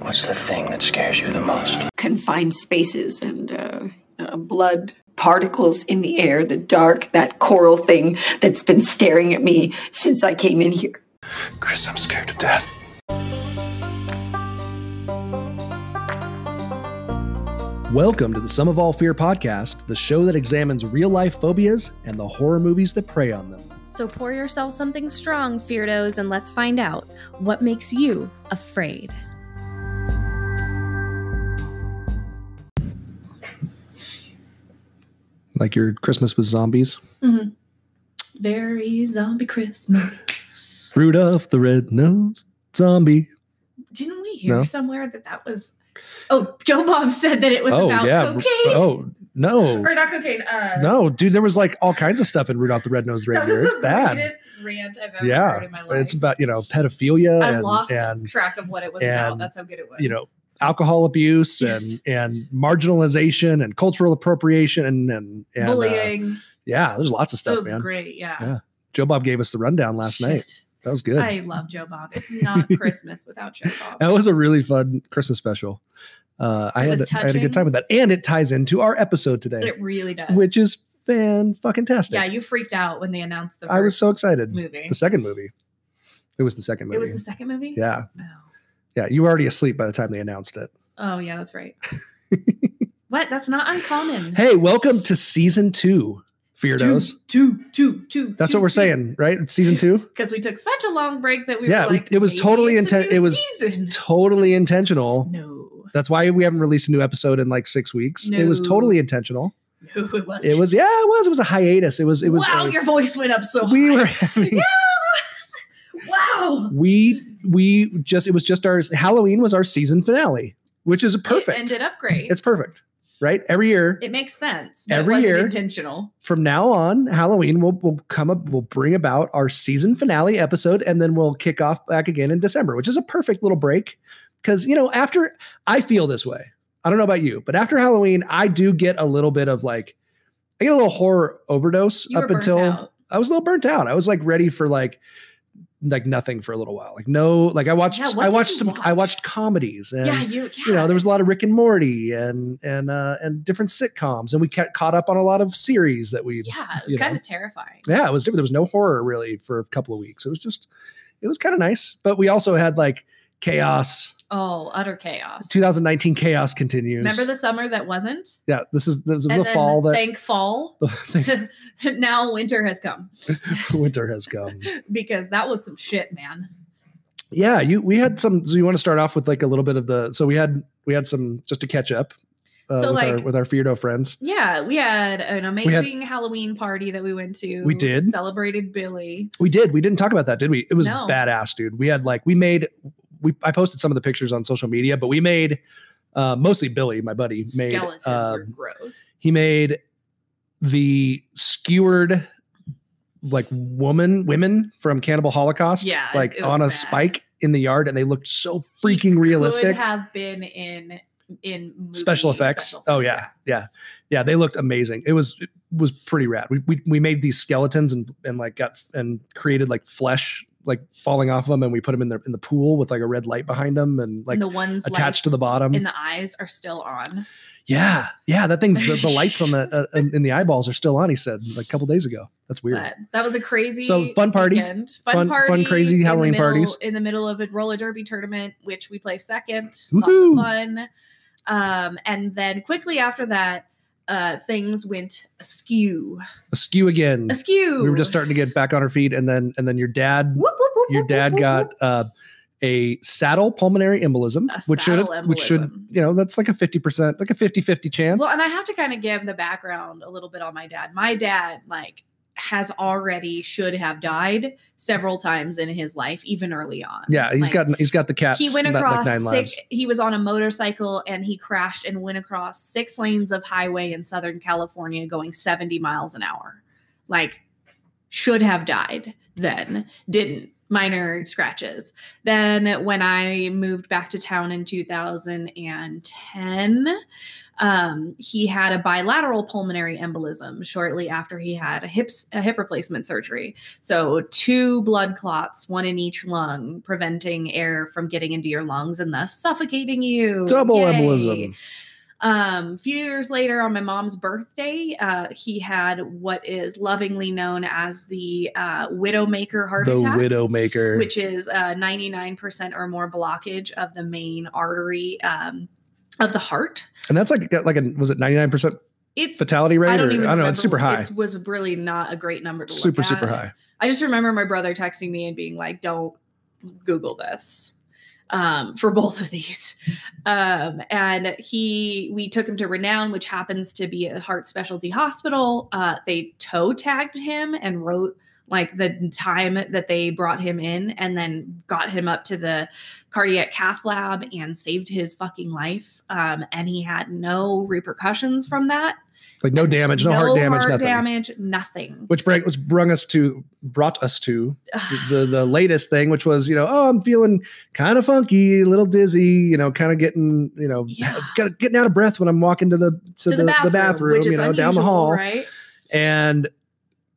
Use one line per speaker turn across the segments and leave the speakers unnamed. What's the thing that scares you the most?
Confined spaces and uh, uh, blood particles in the air, the dark, that coral thing that's been staring at me since I came in here.
Chris, I'm scared to death.
Welcome to the Sum of All Fear podcast, the show that examines real life phobias and the horror movies that prey on them.
So pour yourself something strong, Feardos, and let's find out what makes you afraid.
Like your Christmas with zombies.
Very zombie Christmas.
Rudolph the Red-Nosed Zombie.
Didn't we hear
No.
somewhere that that was? Oh, Joe Bob said that it was
oh,
about
yeah.
cocaine.
Oh, no.
Or not cocaine. Uh,
No, dude, there was like all kinds of stuff in Rudolph the Red-Nosed
that was
Reindeer. It's
the
bad.
greatest rant I've ever
Yeah,
heard in my life.
It's about, you know, pedophilia
I
and,
lost
and
track of what it was
and,
about. That's how good it was.
you know, alcohol abuse
Yes.
and and marginalization and cultural appropriation and and, and uh,
bullying.
yeah, there's lots of
that
stuff,
was
man.
great. Yeah.
Yeah, Joe Bob gave us the rundown last
Shit.
night. That was good.
I love Joe Bob. It's not Christmas without Joe Bob.
that was a really fun Christmas special. Uh, I
It
had
was
a- I had a good
touching.
time with that, and it ties into our episode today,
it really does.
which is fan fucking tastic.
yeah, you freaked out when they announced the. First
I was so excited.
movie.
The second movie, it was the second movie.
It was the second movie.
yeah,
Oh.
yeah. You were already asleep by the time they announced it.
Oh yeah, that's right. what? That's not uncommon.
Hey, welcome to season two, Feardos.
Two, two, two.
That's what we're saying, right? It's season two.
Because we took such a long break that we
Yeah,
were
we-
like,
it was
maybe
totally
it's a
inten-
new
it was
season.
Totally intentional.
no,
That's why we haven't released a new episode in like six weeks. It was
No.
totally intentional.
no, it wasn't.
It was yeah, it was. It was a hiatus. It was it was.
Wow,
a-
your voice went up so.
we
high.
were having
Yeah, it was. wow.
we we just it was just our Halloween was our season finale, which is perfect.
It ended up great.
it's perfect, right? Every year
it makes sense. but
Every
it wasn't
year-
intentional.
from now on, Halloween will will come up. We'll bring about our season finale episode, and then we'll kick off back again in December, which is a perfect little break because you know after I feel this way. I don't know about you, but after Halloween, I do get a little bit of like I get a little horror overdose
You were
up
burnt
until
out.
I was a little burnt out. I was like ready for like like nothing for a little while. Like no, like I watched
Yeah, what
I
did
watched
you
some I
watch?
watched comedies and
yeah, you. Yeah.
you know there was a lot of Rick and Morty and and uh and different sitcoms and we ca- caught up on a lot of series that we
Yeah, it was
you know.
kind of terrifying.
yeah, it was different. There was no horror really for a couple of weeks. It was just it was kind of nice, but we also had like chaos.
Oh, utter chaos.
2019 chaos continues.
Remember the summer that wasn't,
yeah, this is this is
and
the
then
fall that
thank fall.
the thing,
now winter has come
winter has come.
because that was some shit, man.
Yeah, you we had some. So you want to start off with like a little bit of the. So we had we had some just to catch up uh,
So,
with our
like-
with our Feardo friends.
Yeah, we had an
had-
amazing Halloween party that we went to.
We did.
celebrated Billy.
We did. We didn't talk about that, did we? It was
No.
badass, dude. We had like we made we I posted some of the pictures on social media, but we made uh, mostly Billy, my buddy, made
Skeletons were
um,
gross.
he made the skewered like woman women from Cannibal Holocaust,
Yeah, it-
like
it was
on a
bad.
spike in the yard, and they looked so
He
freaking
Could
realistic.
have been in in movie
special effects. oh yeah, yeah, yeah. They looked amazing. It was it was pretty rad. We we, we made these skeletons and and like got and created like flesh like falling off of them, and we put them in the in the pool with like a red light behind them and like
and the ones
attached to the
lights
bottom.
in the eyes are still on.
yeah, yeah. That thing's the, the lights on the uh, in in the eyeballs are still on. He said like a couple days ago. That's weird.
But that was a crazy
So, fun party.
weekend. Fun,
Fun- fun,
party.
crazy
in the
Halloween
middle-
parties.
in the middle of a roller derby tournament, which we play second. Lots of
Woohoo.
fun. Um, and then quickly after that, uh, things went askew.
Askew again.
Askew.
We were just starting to get back on our feet, and then and then your dad
Whoop, whoop, whoop,
your
whoop,
dad
whoop,
got
whoop.
uh, a saddle pulmonary embolism,
A
which should have,
saddle
which should,
embolism.
you know, that's like a 50%, like a 50 50 chance.
Well, and I have to kind of give the background a little bit on my dad. My dad, like, has already should have died several times in his life, even early on.
yeah, he's
Like,
got, he's got the cat.
he went across six, he was on a motorcycle and he crashed and went across six lanes of highway in southern california going 70 miles an hour like should have died then didn't minor scratches. Then when I moved back to town in 2010, um, he had a bilateral pulmonary embolism shortly after he had a hip a hip replacement surgery. So two blood clots, one in each lung, preventing air from getting into your lungs and thus suffocating you.
Double
Yay.
embolism.
Um, a few years later, on my mom's birthday, uh, he had what is lovingly known as the uh, widowmaker heart
The
attack
Widowmaker.
which is uh, 99% or more blockage of the main artery um, of the heart.
and that's like got like a was it 99%
It's
fatality rate?
I don't
or,
even
I don't know.
remember-
It's super high.
It was really not a great number to
super,
look
super
at.
high.
I just remember my brother texting me and being like, "Don't Google this." Um, for both of these, um, and he, we took him to Renown, which happens to be a heart specialty hospital. Uh, they toe tagged him and wrote like the time that they brought him in, and then got him up to the cardiac cath lab and saved his fucking life. Um, and he had no repercussions from that.
Like no damage, no, heart damage,
heart
nothing.
damage, nothing.
Which bring, which brung us to brought us to the the latest thing, which was you know oh I'm feeling kind of funky, a little dizzy, you know, kind of getting you know
Yeah.
kinda getting out of breath when I'm walking to the to, the, the bathroom,
which
you
is
know, down the
unusual,
hall,
Right?
and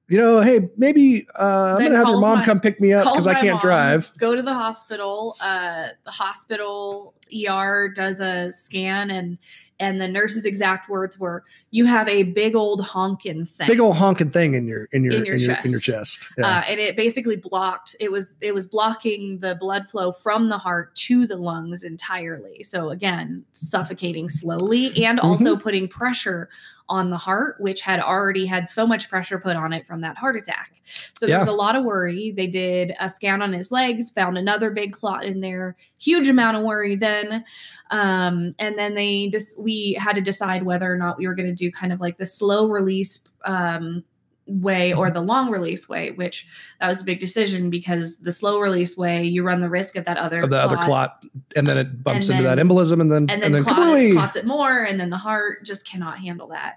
you know hey maybe uh, I'm
Then
gonna have your
calls
mom
my-
come pick me up
Calls
because I
my
can't
mom,
drive.
Go to the hospital. Uh, the hospital ER does a scan, and and the nurse's exact words were, "You have a big old honkin' thing."
Big old honking thing in your in your in
In
your
your
in your,
chest.
chest. Yeah.
Uh, and it basically blocked it was it was blocking the blood flow from the heart to the lungs entirely so again suffocating slowly and
Mm-hmm.
also putting pressure on the heart which had already had so much pressure put on it from that heart attack so there was
Yeah.
a lot of worry they did a scan on his legs found another big clot in there huge amount of worry then um, and then they just we had to decide whether or not we were going to do kind of like the slow release um, way or
Mm-hmm.
the long release way which that was a big decision because the slow release way you run the risk of that other
of the other clot, and then it bumps
and
into that
then-
embolism, and then
and then, clots,
kablooey!
clots it more and then the heart just cannot handle that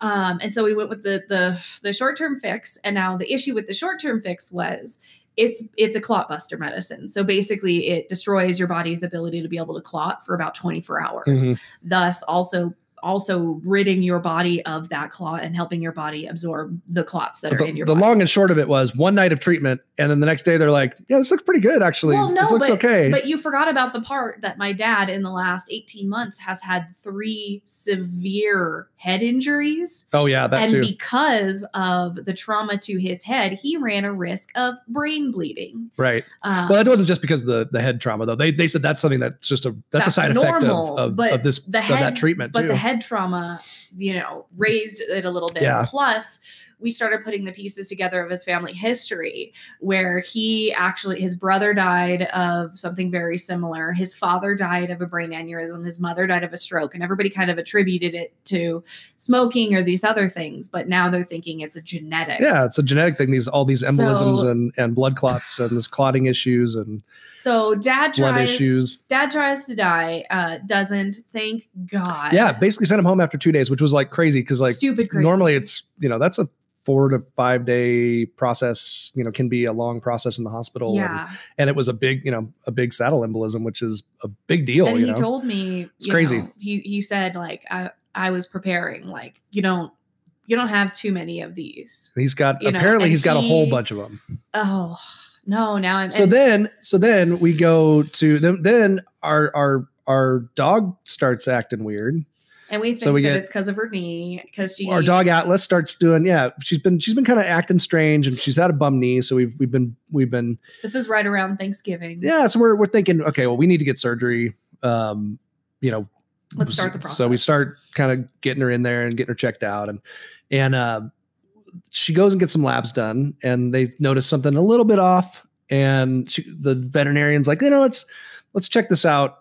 um, and so we went with the the the short term fix and now the issue with the short term fix was it's it's a clot buster medicine so basically it destroys your body's ability to be able to clot for about 24 hours
Mhm.
thus also also ridding your body of that clot and helping your body absorb the clots that
But
are in
the,
your
the
body.
long and short of it was one night of treatment, and then the next day they're like, "Yeah, this looks pretty good, actually.
Well, no,
this looks okay."
But you forgot about the part that my dad in the last 18 months has had three severe head injuries.
oh yeah, that
and
too.
because of the trauma to his head, he ran a risk of brain bleeding.
right.
Um,
Well, that wasn't just because of the the head trauma though. They they said that's something that's just a that's, a
That's
side
normal,
effect of of,
but
of this
the
of that
head-
treatment
but
too.
the head trauma, you know, raised it a little bit.
Yeah.
Plus, we started putting the pieces together of his family history, where he actually his brother died of something very similar. His father died of a brain aneurysm. His mother died of a stroke, and everybody kind of attributed it to smoking or these other things. But now they're thinking it's a genetic.
yeah, it's a genetic thing. These all these embolisms
So-
and and blood clots and this clotting issues and
So dad
blood
tries.
issues.
Dad tries to die. Uh, doesn't. Thank God.
Yeah, basically sent him home after two days, which was like crazy because like
stupid. Crazy.
normally it's you know that's a four to five day process. You know, can be a long process in the hospital. and-
Yeah.
and it was a big, you know, a big saddle embolism, which is a big deal.
And
you
he
know,
told me
It's
you
crazy.
know, he he said like I I was preparing like you don't you don't have too many of these.
he's got
you know,
apparently
and
he's got a whole
he-
bunch of them.
Oh no! Now I'm
So
and
then, so then we go to them. Then our our our dog starts acting weird.
and we think
so we
that
get-
it's because of her knee because she
Our dog Atlas starts doing yeah. She's been she's been kind of acting strange, and she's had a bum knee. So we've we've been we've been
this is right around Thanksgiving.
yeah. So we're we're thinking okay, well we need to get surgery. Um, you know,
Let's start the
So we
process.
start kind of getting her in there and getting her checked out, and and uh, she goes and gets some labs done, and they notice something a little bit off, and she, the veterinarian's like, you know, let's let's check this out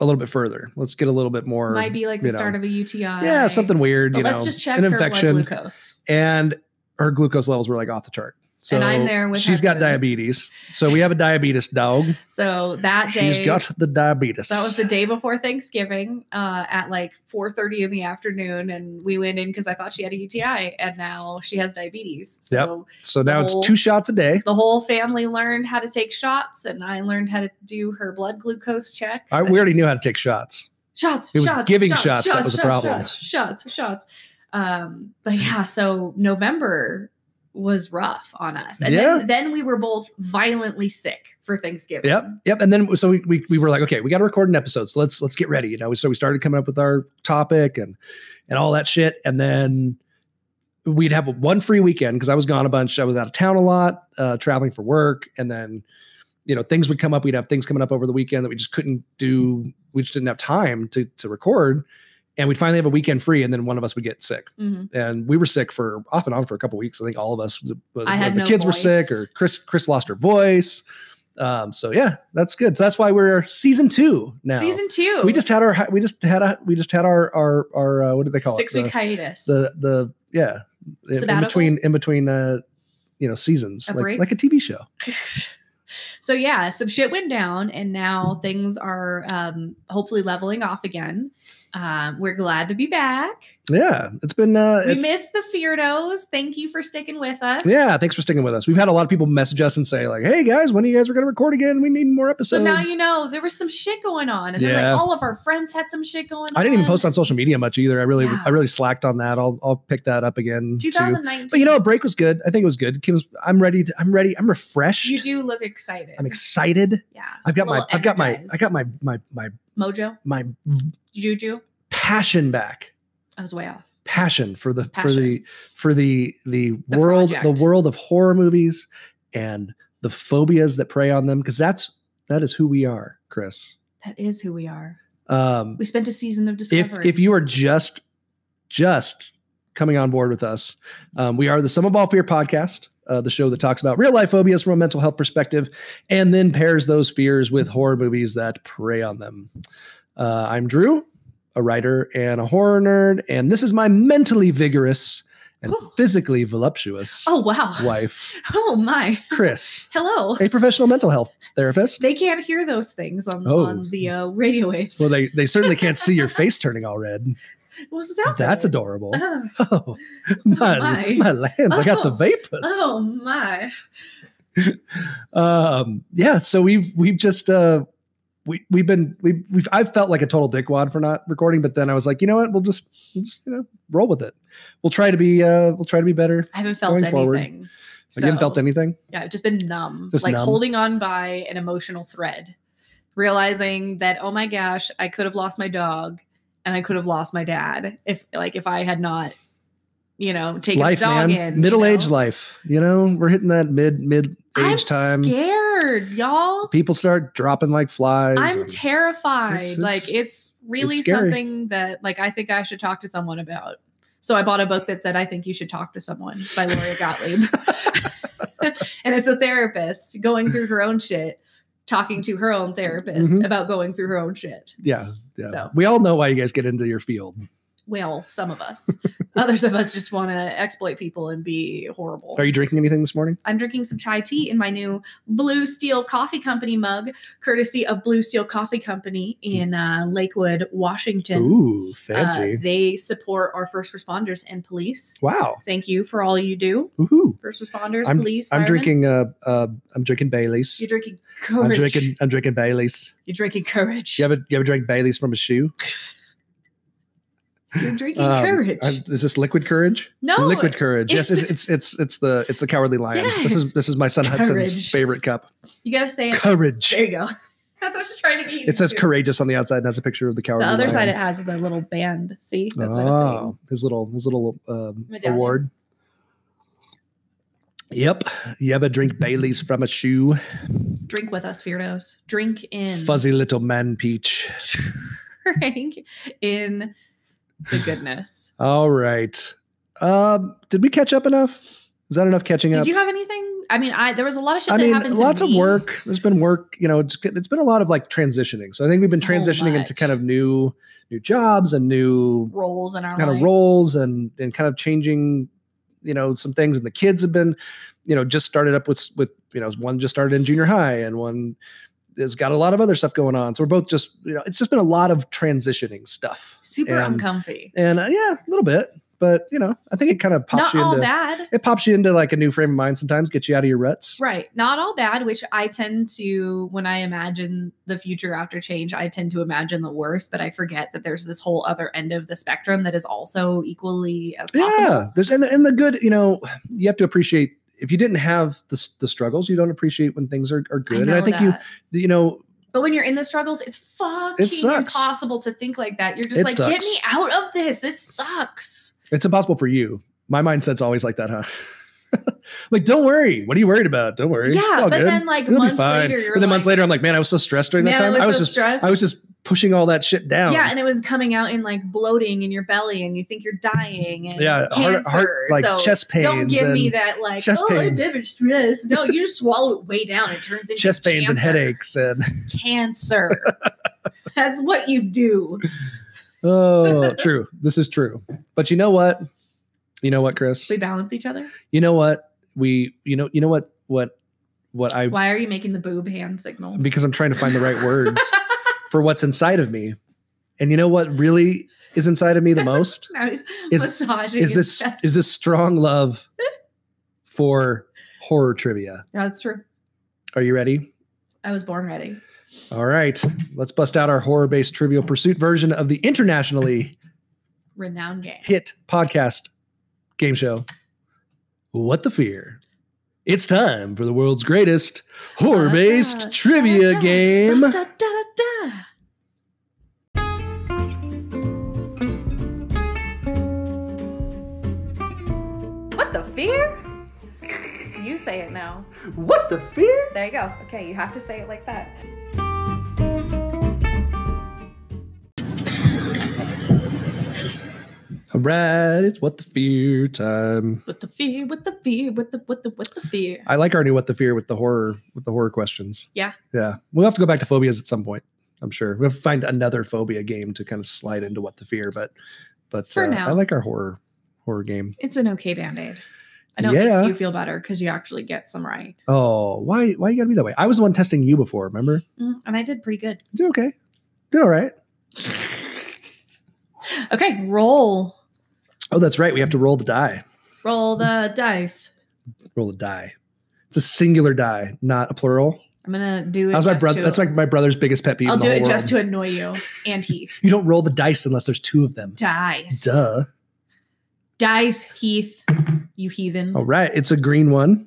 a little bit further. Let's get a little bit more,
might be like
you
the
know,
start of a UTI.
yeah, something weird,
But
you
let's
know,
just check
an
her blood
infection,
glucose.
and her glucose levels were like off the chart. So
And I'm there with
she's got
Hudson.
diabetes. So we have a diabetes dog.
So that day,
She's got the diabetes.
That was the day before Thanksgiving uh, at like 4:30 in the afternoon, and we went in because I thought she had a UTI, and now she has diabetes. So
so now it's
whole-
two shots a day.
the whole family learned how to take shots, and I learned how to do her blood glucose checks.
I,
and
we already knew how to take shots.
shots.
It was
shots,
giving shots that was a problem.
Shots, shots, shots. Um, but yeah, so November was rough on us, and
Yeah.
then, then we were both violently sick for Thanksgiving.
Yep, yep. And then so we, we, we were like, okay, we got to record an episode. So let's let's get ready. You know, so we started coming up with our topic and and all that shit. And then we'd have one free weekend because I was gone a bunch. I was out of town a lot, uh, traveling for work. And then you know things would come up. We'd have things coming up over the weekend that we just couldn't do. We just didn't have time to to record. And we'd finally have a weekend free, and then one of us would get sick.
Mhm.
and we were sick for off and on for a couple weeks. I think all of us, the,
I had
the
no
kids were sick,
voice.
or Chris Chris lost her voice. Um, so yeah, that's good. So that's why we're season two now.
Season two.
We just had our hi- we just had a we just had our our our uh, what did they call
six
it?
week
The-
hiatus.
The, the yeah in- in
Sabbatical?
between in between uh you know seasons
A
like
break?
like a TV show.
so yeah, some shit went down, and now things are um, hopefully leveling off again. Um, we're glad to be back.
Yeah, it's been uh
We
it's-
missed the Feardos. Thank you for sticking with us.
yeah, thanks for sticking with us. We've had a lot of people message us and say like, "Hey guys, when are you guys are going to record again? We need more
So
episodes."
now you know there was some shit going on, and then
Yeah.
like all of our friends had some shit going.
I didn't even post on social media much either. I really,
Yeah.
I really slacked on that. I'll, I'll pick that up again. too.
2019.
But you know, a break was good. I think it was good. Kim's, I'm ready. To, I'm ready. I'm refreshed.
you do look excited.
I'm excited.
Yeah,
I've got
a
my,
little
I've got my, I
energized.
got my, my, my,
mojo,
my
juju.
passion back.
I was way off.
Passion for the, for
Passion.
the, for the, the,
The
world,
project.
the world of horror movies and the phobias that prey on them. Cause that's, that is who we are, Chris.
That is who we are.
Um,
We spent a season of
if
discovery.
if you are just just coming on board with us um, we are the sum of all fear podcast uh, the show that talks about real life phobias from a mental health perspective and then pairs those fears with horror movies that prey on them uh, i'm drew a writer and a horror nerd and this is my mentally vigorous and
Ooh.
physically voluptuous
oh wow,
wife
oh my,
chris
hello.
a professional mental health therapist
They can't hear those things on,
Oh.
on the uh, radio waves.
well they, they certainly can't see your face turning all red
Well, stop
that's
it.
adorable
Oh,
Oh, my,
my.
my lands. I got the
Oh.
vapors.
oh my.
Um, yeah. So we've, we've just, uh, we, we've been, we've, we've, I've felt like a total dickwad for not recording, but then I was like, you know what? We'll just, we'll just, you know, roll with it. We'll try to be, uh, we'll try to be better.
I haven't felt
Going
anything.
forward.
So,
I haven't felt anything.
Yeah, I've just been numb,
Just
like
numb.
holding on by an emotional thread, realizing that oh my gosh, I could have lost my dog, and I could have lost my dad if like if I had not, you know, taken
Life,
the dog
man.
in you
Middle age
know?
life. You know, we're hitting that mid, mid
I'm
age time.
scared, y'all.
People start dropping like flies.
I'm
and-
terrified.
It's- it's-
like it's really
scary.
something that like I think I should talk to someone about. So I bought a book that said I think you should talk to someone by Laura Gottlieb. and it's a therapist going through her own shit, talking to her own therapist
Mhm.
about going through her own shit.
yeah. Yeah.
So.
We all know why you guys get into your field.
Well, some of us. Others of us just want to exploit people and be horrible.
Are you drinking anything this morning?
I'm drinking some chai tea in my new Blue Steel Coffee Company mug, courtesy of Blue Steel Coffee Company in uh, Lakewood, Washington.
Ooh,
Uh,
fancy.
they support our first responders and police.
wow.
Thank you for all you do,
Woohoo.
first responders,
I'm-
police.
I'm
firemen.
drinking uh, uh I'm drinking Bailey's.
You're drinking
I'm
courage.
drinking I'm drinking Bailey's.
You're drinking courage.
You ever you ever drink Bailey's from a shoe?
You're drinking
Um,
courage.
I'm- is this liquid courage?
no,
liquid courage. Yes,
it's-
it's, it's it's it's the it's the cowardly lion. This is
Yes.
this is my son Hudson's
Courage.
favorite cup.
you gotta say it.
Courage.
There you go. That's what she's trying to get. you
It says
to do.
courageous on the outside and has a picture of the
The
cowardly.
other
lion.
side it has the little band. See, that's what I'm saying.
oh, his little his little um,
Medallion.
award. Yep. You ever drink Bailey's from a shoe?
Drink with us, Feardos. Drink in.
Fuzzy little man peach.
Drink in the goodness.
All right. Um, did we catch up enough? Is that enough catching up?
Did you have anything? I mean, I there was a lot of shit
I
that
mean,
happened. to
lots of
me.
work. There's been work. You know, it's, it's been a lot of like transitioning. So I think we've been
So
transitioning
much.
into kind of new, new jobs and new
roles in our
kind of
life.
roles and and kind of changing, you know, some things. And the kids have been, you know just started up with with you know one just started in junior high and one has got a lot of other stuff going on. So we're both just you know it's just been a lot of transitioning stuff.
Super
And-
uncomfy.
And uh, yeah, a little bit, but you know I think it kind of pops
Not
you
all
into
bad.
it pops you into like a new frame of mind sometimes, gets you out of your ruts.
Right. Not all bad, which I tend to, when I imagine the future after change, I tend to imagine the worst, but I forget that there's this whole other end of the spectrum that is also equally as possible.
Yeah, there's and the, and the good, you know, you have to appreciate if you didn't have the, s- the struggles, you don't appreciate when things are, are good. and I
know
think you
that.
you know
But when you're in the struggles, it's fucking
sucks.
impossible to think like that. You're just
It
like, get
sucks.
me out of this. This sucks.
it's impossible for you. My mindset's always like that, huh? like, don't worry. What are you worried about? Don't worry.
Yeah,
it's all
but
good.
then like
It'll be
months
fine.
later, you're
But then months
like,
later, I'm like, man, I was so stressed during that
"Man,
time. I was,
so
just
stressed.
I was just pushing all that shit down.
yeah, and it was coming out in like bloating in your belly, and you think you're dying, and
yeah,
cancer.
heart, heart like
so
chest pains.
don't give
and
me that like
chest
oh,
pains.
I never stressed. No, you just swallow it way down. It turns into
Chest pains and
cancer.
headaches and
Cancer. That's what you do.
oh, true. This is true. But you know what? You know what, Chris?
We balance each other.
you know what we you know you know what what what i
Why are you making the boob hand signals?
because i'm trying to find the right words for what's inside of me and you know what really is inside of me the most
now he's
is-
massaging. his
is this
chest.
is this strong love for horror trivia
Yeah, that's true.
are you ready
I was born ready.
all right let's bust out our horror based trivial pursuit version of the internationally
Renowned game.
hit podcast game show what the fear it's time for the world's greatest horror
ah,
based trivia game
Da, da, da, da.
What the fear? You say it now.
What the fear?
There you go. Okay, you have to say it like that.
All right, it's what the fear time.
With the fear, with the fear, with the with the with the fear.
I like our new what the fear with the horror with the horror questions.
Yeah.
Yeah. We'll have to go back to phobias at some point. I'm sure we'll have to find another phobia game to kind of slide into what the fear, but but
For
uh,
now.
I like our horror horror game.
It's an okay band aid. I know it
Yeah.
makes you feel better because you actually get some right.
Oh, why why you gotta be that way? I was the one testing you before, remember?
Mm, And I did pretty good.
You did okay. Did all right.
Okay, roll.
Oh, that's right. We have to roll the die.
Roll the dice.
Roll the die. It's a singular die, not a plural.
I'm gonna do it.
That's my
just
brother.
to-
That's like my brother's biggest pet peeve.
I'll
in the
do
whole
it just
world.
to annoy you. And Heath.
You don't roll the dice unless there's two of them.
Dice.
Duh.
Dice, Heath. You heathen.
All right, it's a green one,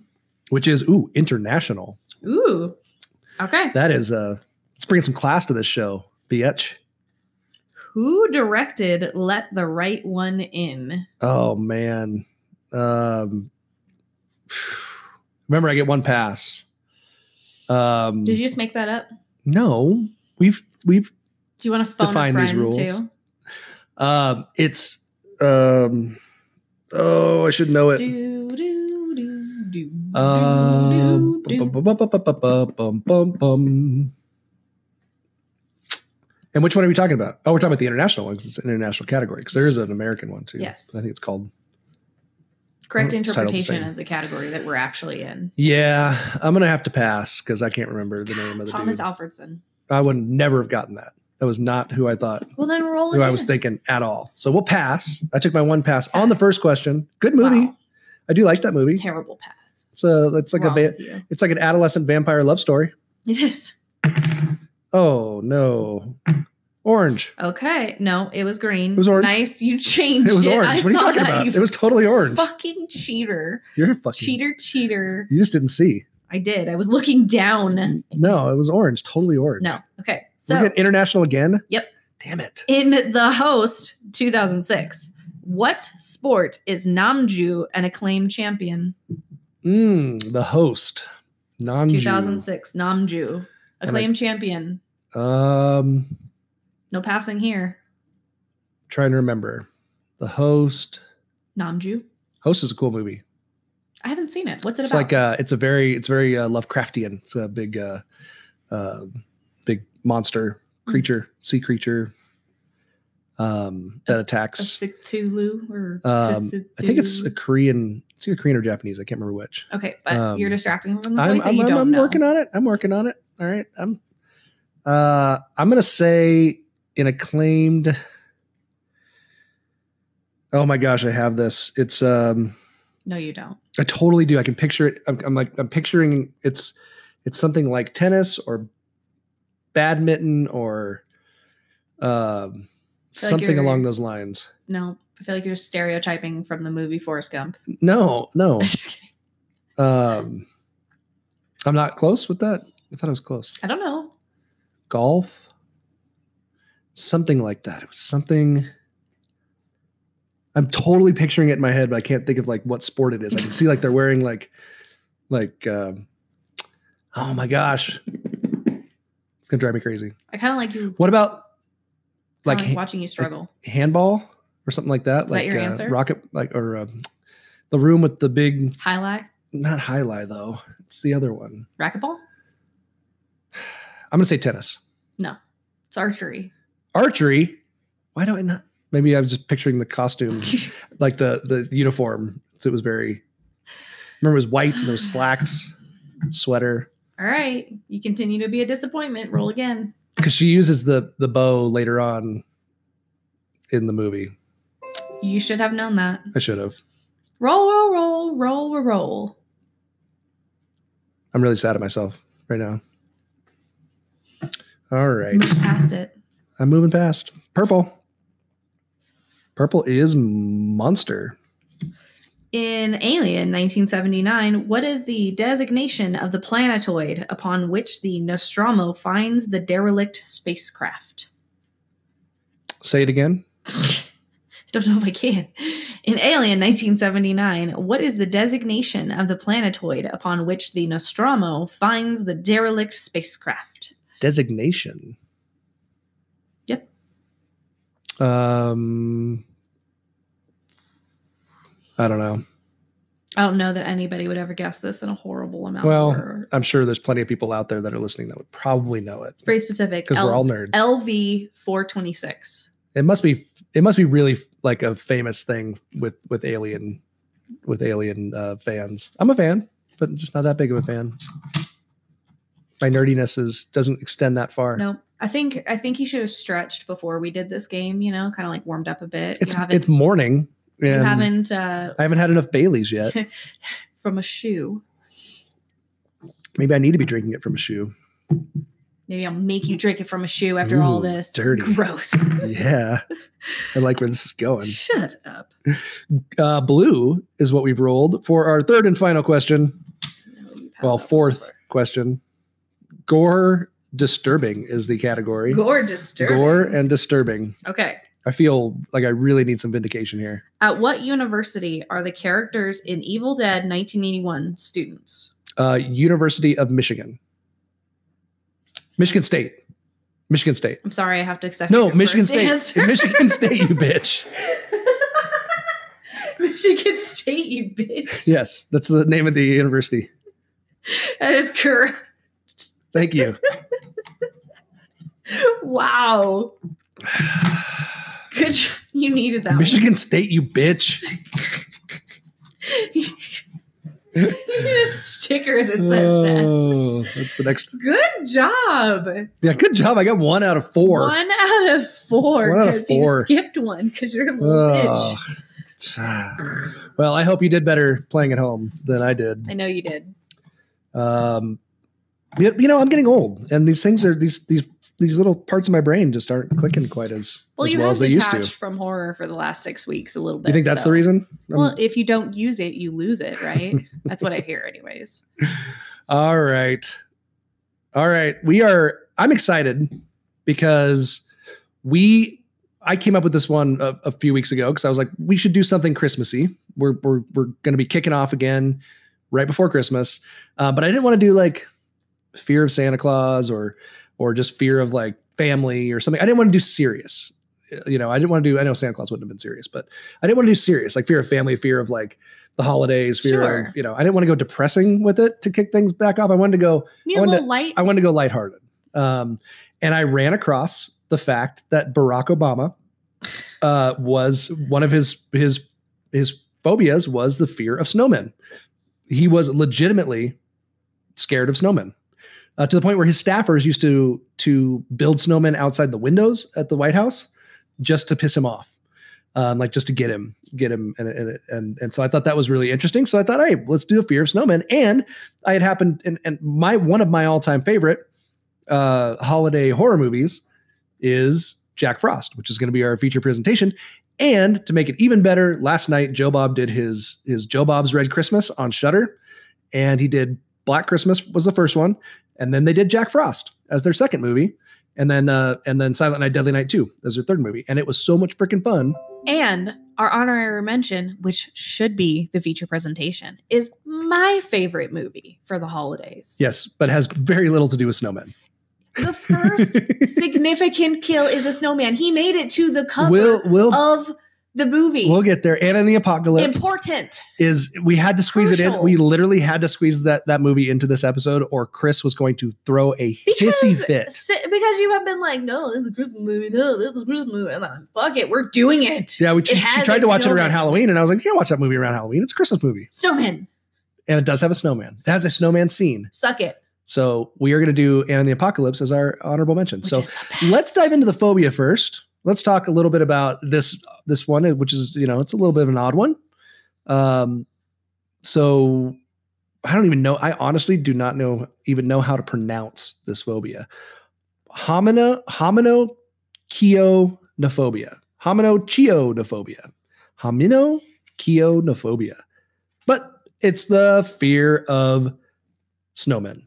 which is ooh international.
Ooh. Okay.
That is uh, let's bring some class to this show, bitch.
Who directed Let the Right One In?
Oh man, um, remember I get one pass. Um,
Did you just make that up?
no, we've we've
Do you want to phone
Define
a friend
these rules.
too?
um, it's um, oh I should know it.
Do, do, do, do, do,
Um,
do, do.
bum, bum, bum, bum, bum, bum, bum, bum, bum. And which one are we talking about? Oh, we're talking about the international one because it's an international category because there is an American one too.
Yes.
I think it's called.
Correct
it's titled the
interpretation
same.
of the category that we're actually in.
Yeah, I'm gonna have to pass because I can't remember the name of the
Thomas
dude.
Alfredson.
I would never have gotten that. That was not who I thought
Well, then roll
who I
again.
was thinking at all. So we'll pass. I took my one pass on the first question. Good movie.
Wow.
I do like that movie.
Terrible pass.
It's a it's like
Wrong
a ba-
with you.
it's like an adolescent vampire love story.
It is
Oh no, orange.
okay. No, it was green.
It was orange.
Nice, you changed
It was
it.
orange.
I
what are you
saw
talking
that,
about?
you
It was totally orange.
fucking cheater,
You're a fucking
cheater, cheater.
You just didn't see.
I did. I was looking down.
No, it was orange. Totally orange.
No. Okay. So
So, We're getting international again.
Yep.
Damn it.
in the host 2006, what sport is Namju an acclaimed champion?
Mm, the host. Non.
2006 Namju
I-
acclaimed champion.
Um,
No passing here.
trying to remember. The host.
Namju.
Host is a cool movie.
I haven't seen it. What's it
It's
about?
like uh it's a very it's very uh, Lovecraftian. It's a big uh, uh big monster
Hmm.
creature, sea creature um that
a
attacks
Cthulhu or
Um, I think it's a
Cthulhu?
Korean It's either Korean or Japanese. I can't remember which.
Okay, but
Um,
you're distracting from the
I'm,
point that
I'm,
you
I'm,
don't
I'm
know.
working on it. I'm working on it. All right. I'm uh I'm gonna say an acclaimed. Oh my gosh, I have this. It's um
no, you don't.
I totally do. I can picture it. I'm, I'm like I'm picturing it's it's something like tennis or badminton or um
Feel like
something
you're-
along those lines.
No, I feel like you're stereotyping from the movie Forrest Gump.
No, no.
Just kidding.
um I'm not close with that. I thought I was close.
I don't know.
golf something like that it was something i'm totally picturing it in my head but i can't think of like what sport it is i can see like they're wearing like like um, oh my gosh it's gonna drive me crazy
I kind of like you.
what about like
kinda
ha-
watching you struggle.
handball or something like that
Uh, Is that
like
your
uh,
answer?
rocket like or um, the room with the big
Highlight
not high lie though it's the other one
racquetball.
i'm gonna say tennis
It's archery.
archery why do i not maybe i was just picturing the costume like the the uniform so it was very remember it was white and those slacks sweater
All right, you continue to be a disappointment. Roll again.
because she uses the the bow later on in the movie
You should have known that.
i should have
Roll, roll, roll, roll, roll, roll.
i'm really sad at myself right now all right
Move past it.
i'm moving past purple purple is monster
In Alien 1979, what is the designation of the planetoid upon which the Nostromo finds the derelict spacecraft?
say it again
Don't know if I can. In Alien 1979, what is the designation of the planetoid upon which the Nostromo finds the derelict spacecraft?
designation.
Yep.
Um, I don't know.
I don't know that anybody would ever guess this in a horrible amount.
Well,
or-
I'm sure there's plenty of people out there that are listening that would probably know it
it's very specific.
because we're
L-
all nerds.
LV 426.
it must be. It must be really like a famous thing with with alien with alien uh, fans. I'm a fan, but just not that big of a fan. My nerdiness is doesn't extend that far.
No, I think I think you should have stretched before we did this game. You know, kind of like warmed up a bit.
it's
you haven't.
it's morning.
you
and
haven't uh,
I haven't had enough Baileys yet.
from a shoe.
Maybe I need to be drinking it from a shoe.
Maybe I'll make you drink it from a shoe after all
Mm. Ooh,
this.
dirty.
Gross.
Yeah. I like where this is going.
Shut up.
Uh, blue is what we've rolled for our third and final question.
No, you've had
Well,
that
fourth
before.
question. Gore disturbing is the category.
Gore disturbing.
Gore and disturbing.
okay.
I feel like I really need some vindication here.
At what university are the characters in Evil Dead 1981 students?
Uh, University of Michigan. Michigan State. Michigan State.
I'm sorry, I have to accept.
No,
your
Michigan
first
State.
answer.
Michigan State, you bitch.
Michigan State, you bitch.
Yes, that's the name of the university.
That is correct.
Thank you.
Wow. Good. j- You needed that. one.
Michigan State, you bitch.
you need a sticker that says that.
Oh, that's the next.
Good job.
Yeah, good job. I got one out of four.
One out of four
One out of
because you
four.
skipped one because you're a little
Ugh.
bitch.
well, I hope you did better playing at home than I did.
I know you did.
Um, you, you know, I'm getting old, and these things are these these these little parts of my brain just aren't clicking quite as
Well,
as
you
well
have
as they used
detached
to.
from horror for the last six weeks a little bit.
You think that's
so-
the reason? Um, I'm-
Well, if you don't use it, you lose it, right? that's what I hear, anyways.
All right. All right. We are, I'm excited because we, I came up with this one a, a few weeks ago because I was like, we should do something Christmassy. We're, we're, we're going to be kicking off again right before Christmas. Uh, but I didn't want to do like fear of Santa Claus or, or just fear of like family or something. I didn't want to do serious. Uh, You know, I didn't want to do, I know Santa Claus wouldn't have been serious, but I didn't want to do serious, like fear of family, fear of like the holidays, fear
Sure.
of, you know, I didn't want to go depressing with it to kick things back off. I wanted to go,
Need
I
a
wanted
little light.
I wanted to go lighthearted. Um, and I ran across the fact that Barack Obama uh, was one of his his his phobias was the fear of snowmen. He was legitimately scared of snowmen uh, to the point where his staffers used to to build snowmen outside the windows at the White House just to piss him off, um, like just to get him, get him, and and and and so I thought that was really interesting. So I thought, hey, let's do the fear of snowmen. And I had happened, and and my one of my all time favorite uh, holiday horror movies is Jack Frost, which is going to be our feature presentation. And to make it even better, last night Joe Bob did his his Joe Bob's Red Christmas on Shutter, and he did Black Christmas was the first one, and then they did Jack Frost as their second movie, and then uh, and then Silent Night Deadly Night Two as their third movie, and it was so much freaking fun.
And our honorary mention, which should be the feature presentation, is my favorite movie for the holidays.
Yes, but has very little to do with snowmen.
The first significant kill is a snowman. He made it to the cover
we'll we'll
of the movie.
we'll get there. Anna and the Apocalypse
Important.
is we had to squeeze it in.
Crucial.
We literally had to squeeze that that movie into this episode, or Chris was going to throw a hissy fit.
si- because you have been like, no, this is a Christmas movie. No, this is a Christmas movie. And I'm like, fuck it, we're doing it.
Yeah, we,
It
she, she
has
tried
a
to watch it around
snowman.
Halloween, and I was like, you can't watch that movie around Halloween. It's a Christmas movie,
Snowman,
and it does have a snowman. It has a snowman scene.
suck it.
So we are going to do Anna and the Apocalypse as our honorable mention.
Which
so
is the best.
let's dive into the phobia first. Let's talk a little bit about this this one, which is you know it's a little bit of an odd one. Um, so I don't even know. I honestly do not know even know how to pronounce this phobia. Homino homino Homino chionophobia. Homino chionophobia. But it's the fear of snowmen.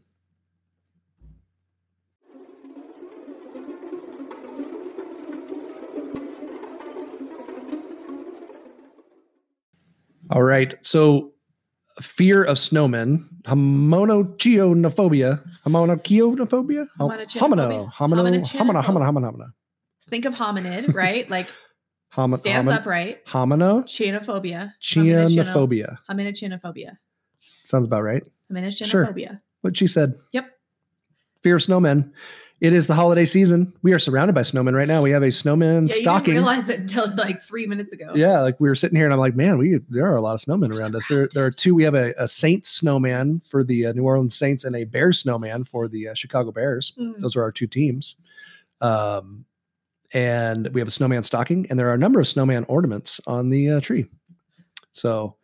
All right. So fear of snowmen, homonochionophobia, homonochionophobia, Hom-
Hominochionophobia.
homino, homino, homino, homino,
Hominochinopho-
homino,
Think of hominid, right? like
homino,
stands
homino,
upright.
homino,
Chianophobia.
chionophobia.
Hominochinophobia.
Sounds about right. Sure.
Hominochinophobia.
What she said.
Yep.
Fear of snowmen. It is the holiday season. We are surrounded by snowmen right now. We have a snowman
Yeah, you
stocking.
didn't realize it until like three minutes ago.
Yeah, like we were sitting here, and I'm like, man, we there are a lot of snowmen
We're
around us. There, there are two. We have a, a Saints snowman for the uh, New Orleans Saints and a Bears snowman for the uh, Chicago Bears.
Mm.
Those are our two teams. Um, and we have a snowman stocking, and there are a number of snowman ornaments on the uh, tree. So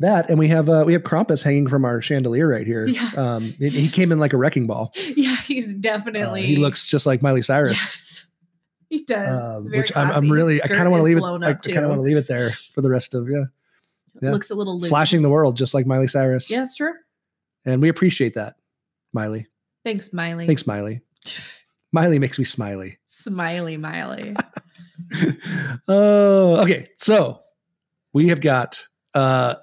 that, and we have uh, we have Krampus hanging from our chandelier right here.
Yeah.
Um, he- he came in like a wrecking ball.
Yeah, he's
Uh,
definitely.
he looks just like Miley Cyrus.
Yes, he does.
Um,
Very
which I'm,
classy.
I'm
His
really, I
skirt
kind of want
is
to leave it.
blown
I
up,
kind of want
too.
to leave it there for the rest of yeah. yeah.
Looks a little loose.
flashing the world just like Miley Cyrus.
Yeah, that's true.
And we appreciate that, Miley.
Thanks, Miley.
Thanks, Miley. Miley makes me smiley.
Smiley, Miley.
Oh, okay. So we have got uh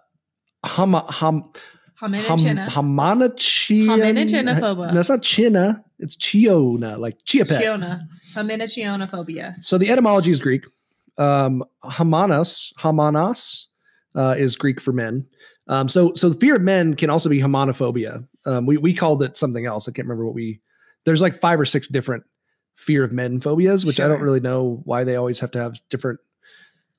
hum hum hum
Hominochina.
homonichia-
Hominogenophobia.
No, it's not china. It's chiona, like chia pet.
Chiona. Hominochionophobia.
So the etymology is Greek. Um, homonos, homonos uh, is Greek for men. Um, so so the fear of men can also be homonophobia. Um, we we called it something else. I can't remember what we. There's like five or six different fear of men phobias, which I don't
Sure.
really know why they always have to have different.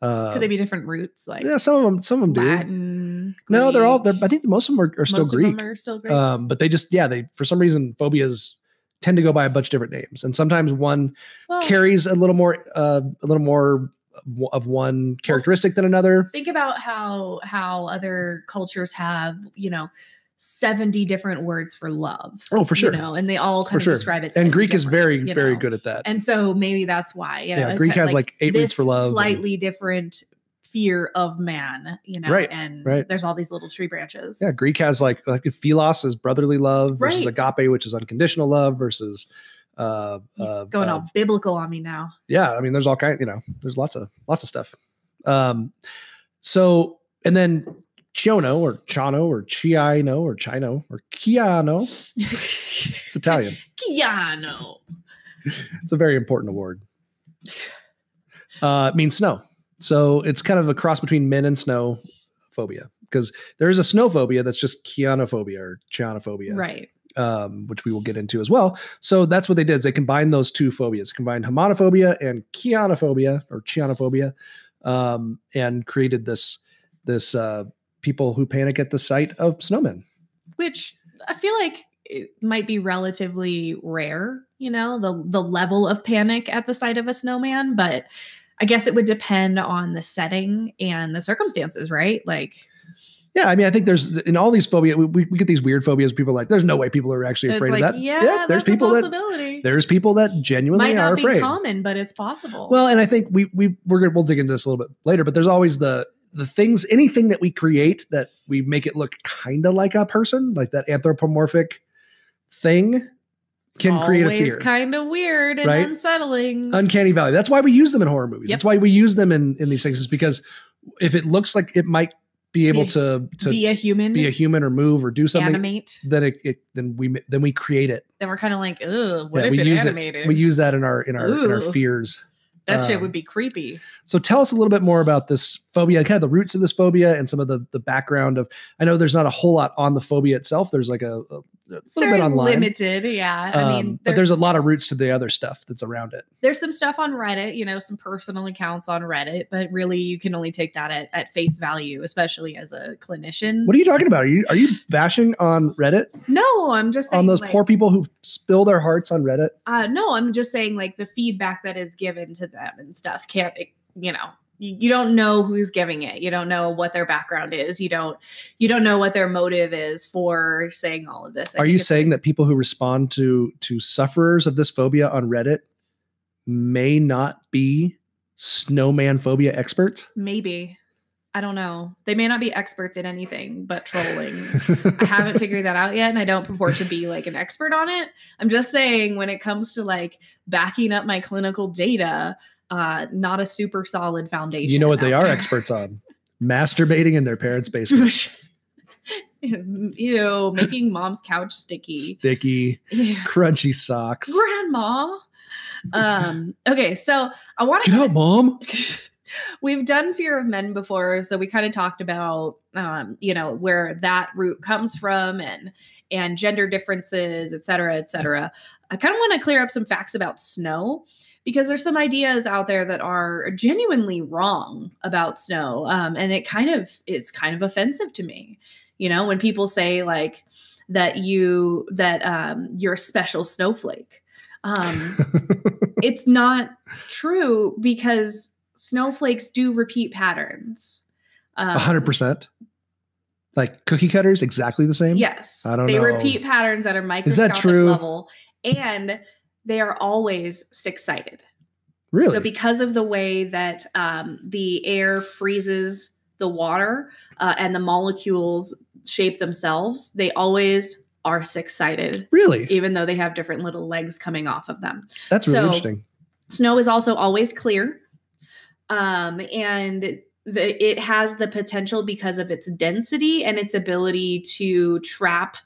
Uh,
Could they be different roots? Like
yeah, some of them. Some of them do.
Latin.
no, they're all.
Greek?
They're, I think most of them are, are still
Most
Greek.
Of them are still Greek.
Um, but they just yeah they for some reason phobias tend to go by a bunch of different names, and sometimes one
Well,
carries a little more uh, a little more w- of one characteristic than another.
think about how how other cultures have you know 70 different words for love
Oh, for sure.
you know and they all
For
kind of
sure.
describe it
and
slightly
Greek is
different,
very
you
very
know.
good at that.
and so maybe that's why you know,
yeah,
it
Greek
kind of
has like, eight roots
this
for love. and-
slightly different fear of man you know
Right,
and
right.
there's all these little tree branches
yeah, Greek has like like philos is brotherly love versus
Right.
agape, which is unconditional love versus. Uh, uh,
going
uh,
all biblical on me now
yeah i mean there's all kind you know there's lots of lots of stuff um so and then chiono or chano or chiano or chino or chiano it's italian
Keanu.
it's a very important award uh it means snow so it's kind of a cross between men and snow phobia because there is a snow phobia that's just chianophobia or chianophobia
right
um, which we will get into as well. So that's what they did. Is they combined those two phobias, combined homonophobia and chianophobia or chianophobia, um, and created this this uh, people who panic at the sight of snowmen.
which I feel like it might be relatively rare, you know, the the level of panic at the sight of a snowman, but I guess it would depend on the setting and the circumstances, right? Like
Yeah, I mean, I think there's in all these phobia, we, we get these weird phobias. People are like, there's no way people are actually
it's
afraid
like,
of that.
yeah,
there's
that's
people
a
that
possibility.
there's people that genuinely
might
are
not be
afraid.
common, but it's possible.
Well, and I think we we we're gonna, we'll dig into this a little bit later, but there's always the the things anything that we create that we make it look kind of like a person, like that anthropomorphic thing, can create a fear.
kind of weird and
right?
unsettling.
Uncanny Valley. That's why we use them in horror movies.
Yep.
That's why we use them in in these things is because if it looks like it might be able
Be-
to to be
be a human,
a, human or move or do something,
animate.
then it, it then we then we create it.
Then we're kind of like, ugh, what
Yeah,
if
we
it
use it-
animated?
We use that in our in our in our
Ooh.
fears.
that shit
um,
would be creepy.
So tell us a little bit more about this phobia, kind of the roots of this phobia and some of the the background of. I know there's not a whole lot on the phobia itself. There's like a, a
It's
little
very
bit online.
limited, yeah. I mean, Mm-hmm.
um, but there's a lot of roots to the other stuff that's around it.
there's some stuff on Reddit, you know, some personal accounts on Reddit, but really you can only take that at, at face value, especially as a clinician.
What are you talking about? Are you are you bashing on Reddit
no, I'm just saying
on those
like,
poor people who spill their hearts on Reddit?
uh, no, I'm just saying like the feedback that is given to them and stuff can't, it- you know, you you don't know who's giving it. You don't know what their background is. You don't, you don't know what their motive is for saying all of this. I
Are
think
you
it's-
saying that people who respond to to sufferers of this phobia on Reddit may not be snowman phobia experts?
maybe? I don't know. They may not be experts in anything but trolling. I haven't figured that out yet, and I don't purport to be like an expert on it. I'm just saying, when it comes to like backing up my clinical data, uh, not a super solid foundation.
You know what they
out
are
there.
experts on? Masturbating in their parents' basement.
Ew, making mom's couch sticky.
Sticky, crunchy socks.
Grandma. Um, okay, so I want to
Get out, mom.
We've done fear of men before, so we kind of talked about um, you know where that root comes from and and gender differences, et cetera, et cetera. I kind of want to clear up some facts about snow because there's some ideas out there that are genuinely wrong about snow, um, and it kind of it's kind of offensive to me. You know, when people say like that you that um, you're a special snowflake. Um, it's not true because snowflakes do repeat patterns. Um,
A hundred percent. Like cookie cutters, exactly the same.
Yes,
I don't
they
know.
repeat patterns at a microscopic
true?
level, and they are always six-sided.
really.
So, because of the way that um, the air freezes the water uh, and the molecules shape themselves, they always are six-sided,
really,
even though they have different little legs coming off of them.
that's really
so-
interesting.
snow is also always clear um, and the, it has the potential because of its density and its ability to trap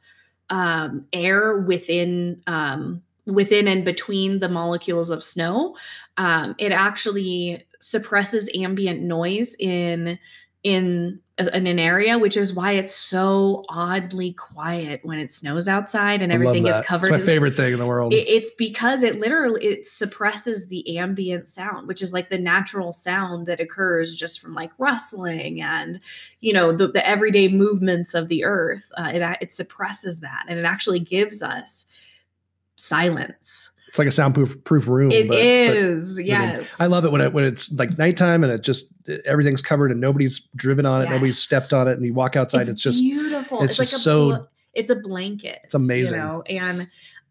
um, air within um, within and between the molecules of snow um, it actually suppresses ambient noise in in in an area which is why it's so oddly quiet when it snows outside and
I love
everything
that.
gets covered
It's my
in-
favorite thing in the world.
it- it's because it literally it suppresses the ambient sound, which is like the natural sound that occurs just from like rustling and you know the, the everyday movements of the earth. Uh, it a- it suppresses that and it actually gives us silence.
it's like a soundproof proof room.
It
but- but
is,
in-
yes.
I love it when it when it's like nighttime and it just everything's covered and nobody's driven on it, nobody's
Yes.
stepped on it, and you walk outside. It's, just
beautiful.
it's just
like a
so-
bl- it's a blanket.
It's amazing.
You know? And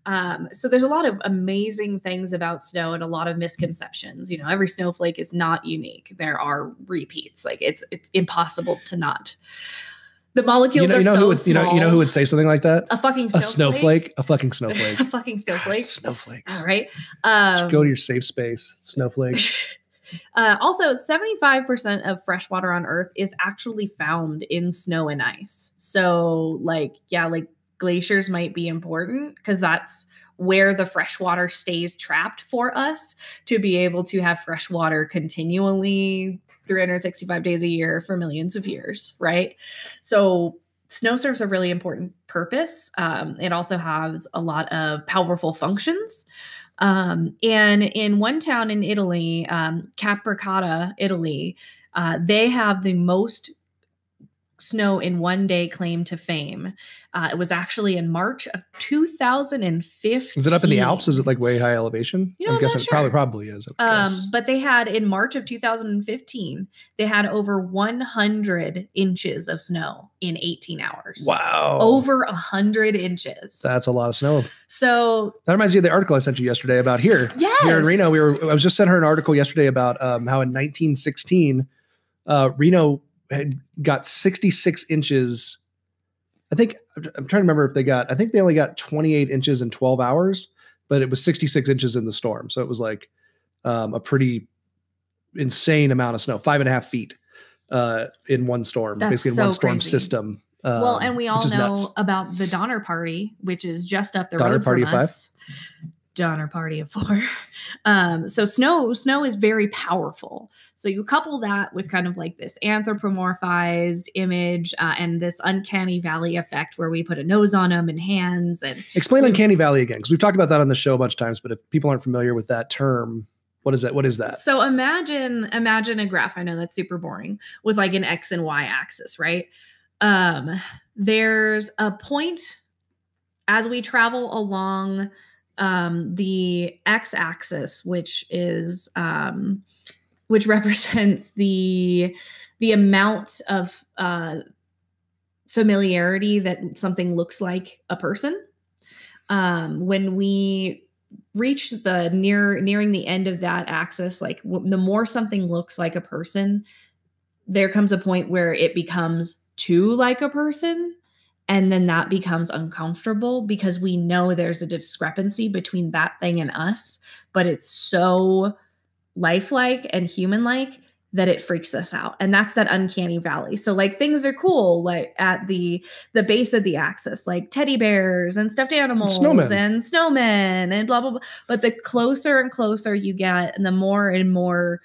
um, so there's a lot of amazing things about snow and a lot of misconceptions. You know, every snowflake is not unique. There are repeats. Like it's it's impossible to not. The
you
molecules
know, you know
are so
who would you
small.
know you know who would say something like that?
a fucking
A
snowflake.
snowflake, a fucking snowflake,
a fucking snowflake.
snowflakes.
All right.
Just
Um,
Go to your safe space, snowflake.
uh, also, 75% of fresh water on Earth is actually found in snow and ice. So, like, yeah, like glaciers might be important because that's where the fresh water stays trapped for us to be able to have fresh water continually 365 days a year for millions of years, right? So, snow serves a really important purpose. Um, it also has a lot of powerful functions. Um, and in one town in Italy, um, Capricotta, Italy, uh, they have the most Snow in one day claim to fame. Uh, it was actually in March of 2015.
Is it up in the Alps? Is it like way high elevation?
You know,
I'm
I'm not
guessing it probably
sure.
probably is. I would guess.
Um, but they had in March of 2015, they had over 100 inches of snow in 18 hours.
wow.
Over 100 inches.
That's a lot of snow.
so,
That reminds me of the article I sent you yesterday about here.
yes.
Here in Reno, we were. I was just sent her an article yesterday about um, how in 1916, uh, Reno had got 66 inches. I think I'm I'm trying to remember if they got. I think they only got 28 inches in 12 hours, but it was 66 inches in the storm, so it was like um, a pretty insane amount of snow, five and a half feet uh, in one storm,
That's
basically in
so
one storm
crazy.
system. Um,
well, and we all
which is
know
nuts.
about the Donner Party, which is just up the
Donner
road
Party of
from
five?
us. Donner Party of four. Um, so snow, snow is very powerful. So you couple that with kind of like this anthropomorphized image uh, and this uncanny valley effect, where we put a nose on them and hands and
Explain Uncanny Valley again, because we've talked about that on the show a bunch of times. But if people aren't familiar with that term, what is that? What is that?
So imagine imagine a graph. I know that's super boring with like an x and y axis, right? Um there's a point as we travel along um the x axis which is um which represents the the amount of uh familiarity that something looks like a person. Um when we reach the near nearing the end of that axis like w- the more something looks like a person there comes a point where it becomes too like a person and then that becomes uncomfortable because we know there's a discrepancy between that thing and us but it's so lifelike and human like that it freaks us out and that's that uncanny valley so like things are cool like at the the base of the axis like teddy bears and stuffed animals
snowmen.
and snowmen and blah blah blah but the closer and closer you get and the more and more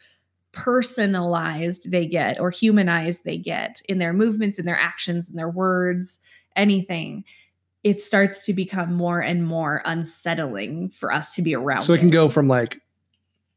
personalized they get or humanized they get in their movements in their actions in their words anything it starts to become more and more unsettling for us to be around
So it can go from like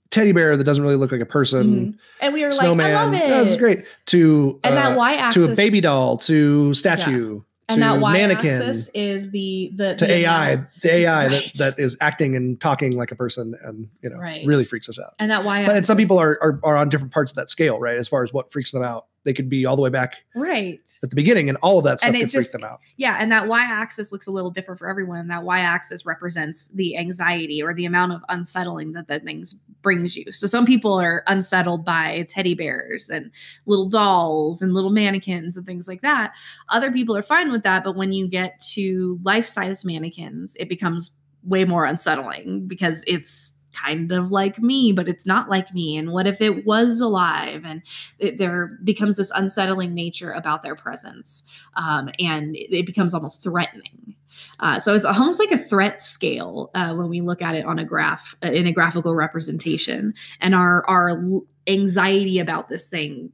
teddy bear that doesn't really look like a person,
and we are
snowman,
Mm-hmm. like i love it
that's great, to
and
uh,
that y axis
to a baby doll, to statue,
and
to
that y
mannequin,
axis is the the
to
the
AI,
amount.
to AI
Right.
that, that is acting and talking like a person, and you know,
Right.
really freaks us out.
and that y
But and some people are, are are on different parts of that scale, right? As far as what freaks them out, they could be all the way back
right
at the beginning, and all of that stuff
And it
could freak
just-
them out.
Yeah, and that y axis looks a little different for everyone. And that y axis represents the anxiety or the amount of unsettling that that things brings you. So some people are unsettled by teddy bears and little dolls and little mannequins and things like that. Other people are fine with that, but when you get to life size mannequins, it becomes way more unsettling because it's kind of like me but it's not like me and what if it was alive and it, there becomes this unsettling nature about their presence um, and it, it becomes almost threatening. Uh, so it's almost like a threat scale uh, when we look at it on a graph uh, in a graphical representation, and our our l- anxiety about this thing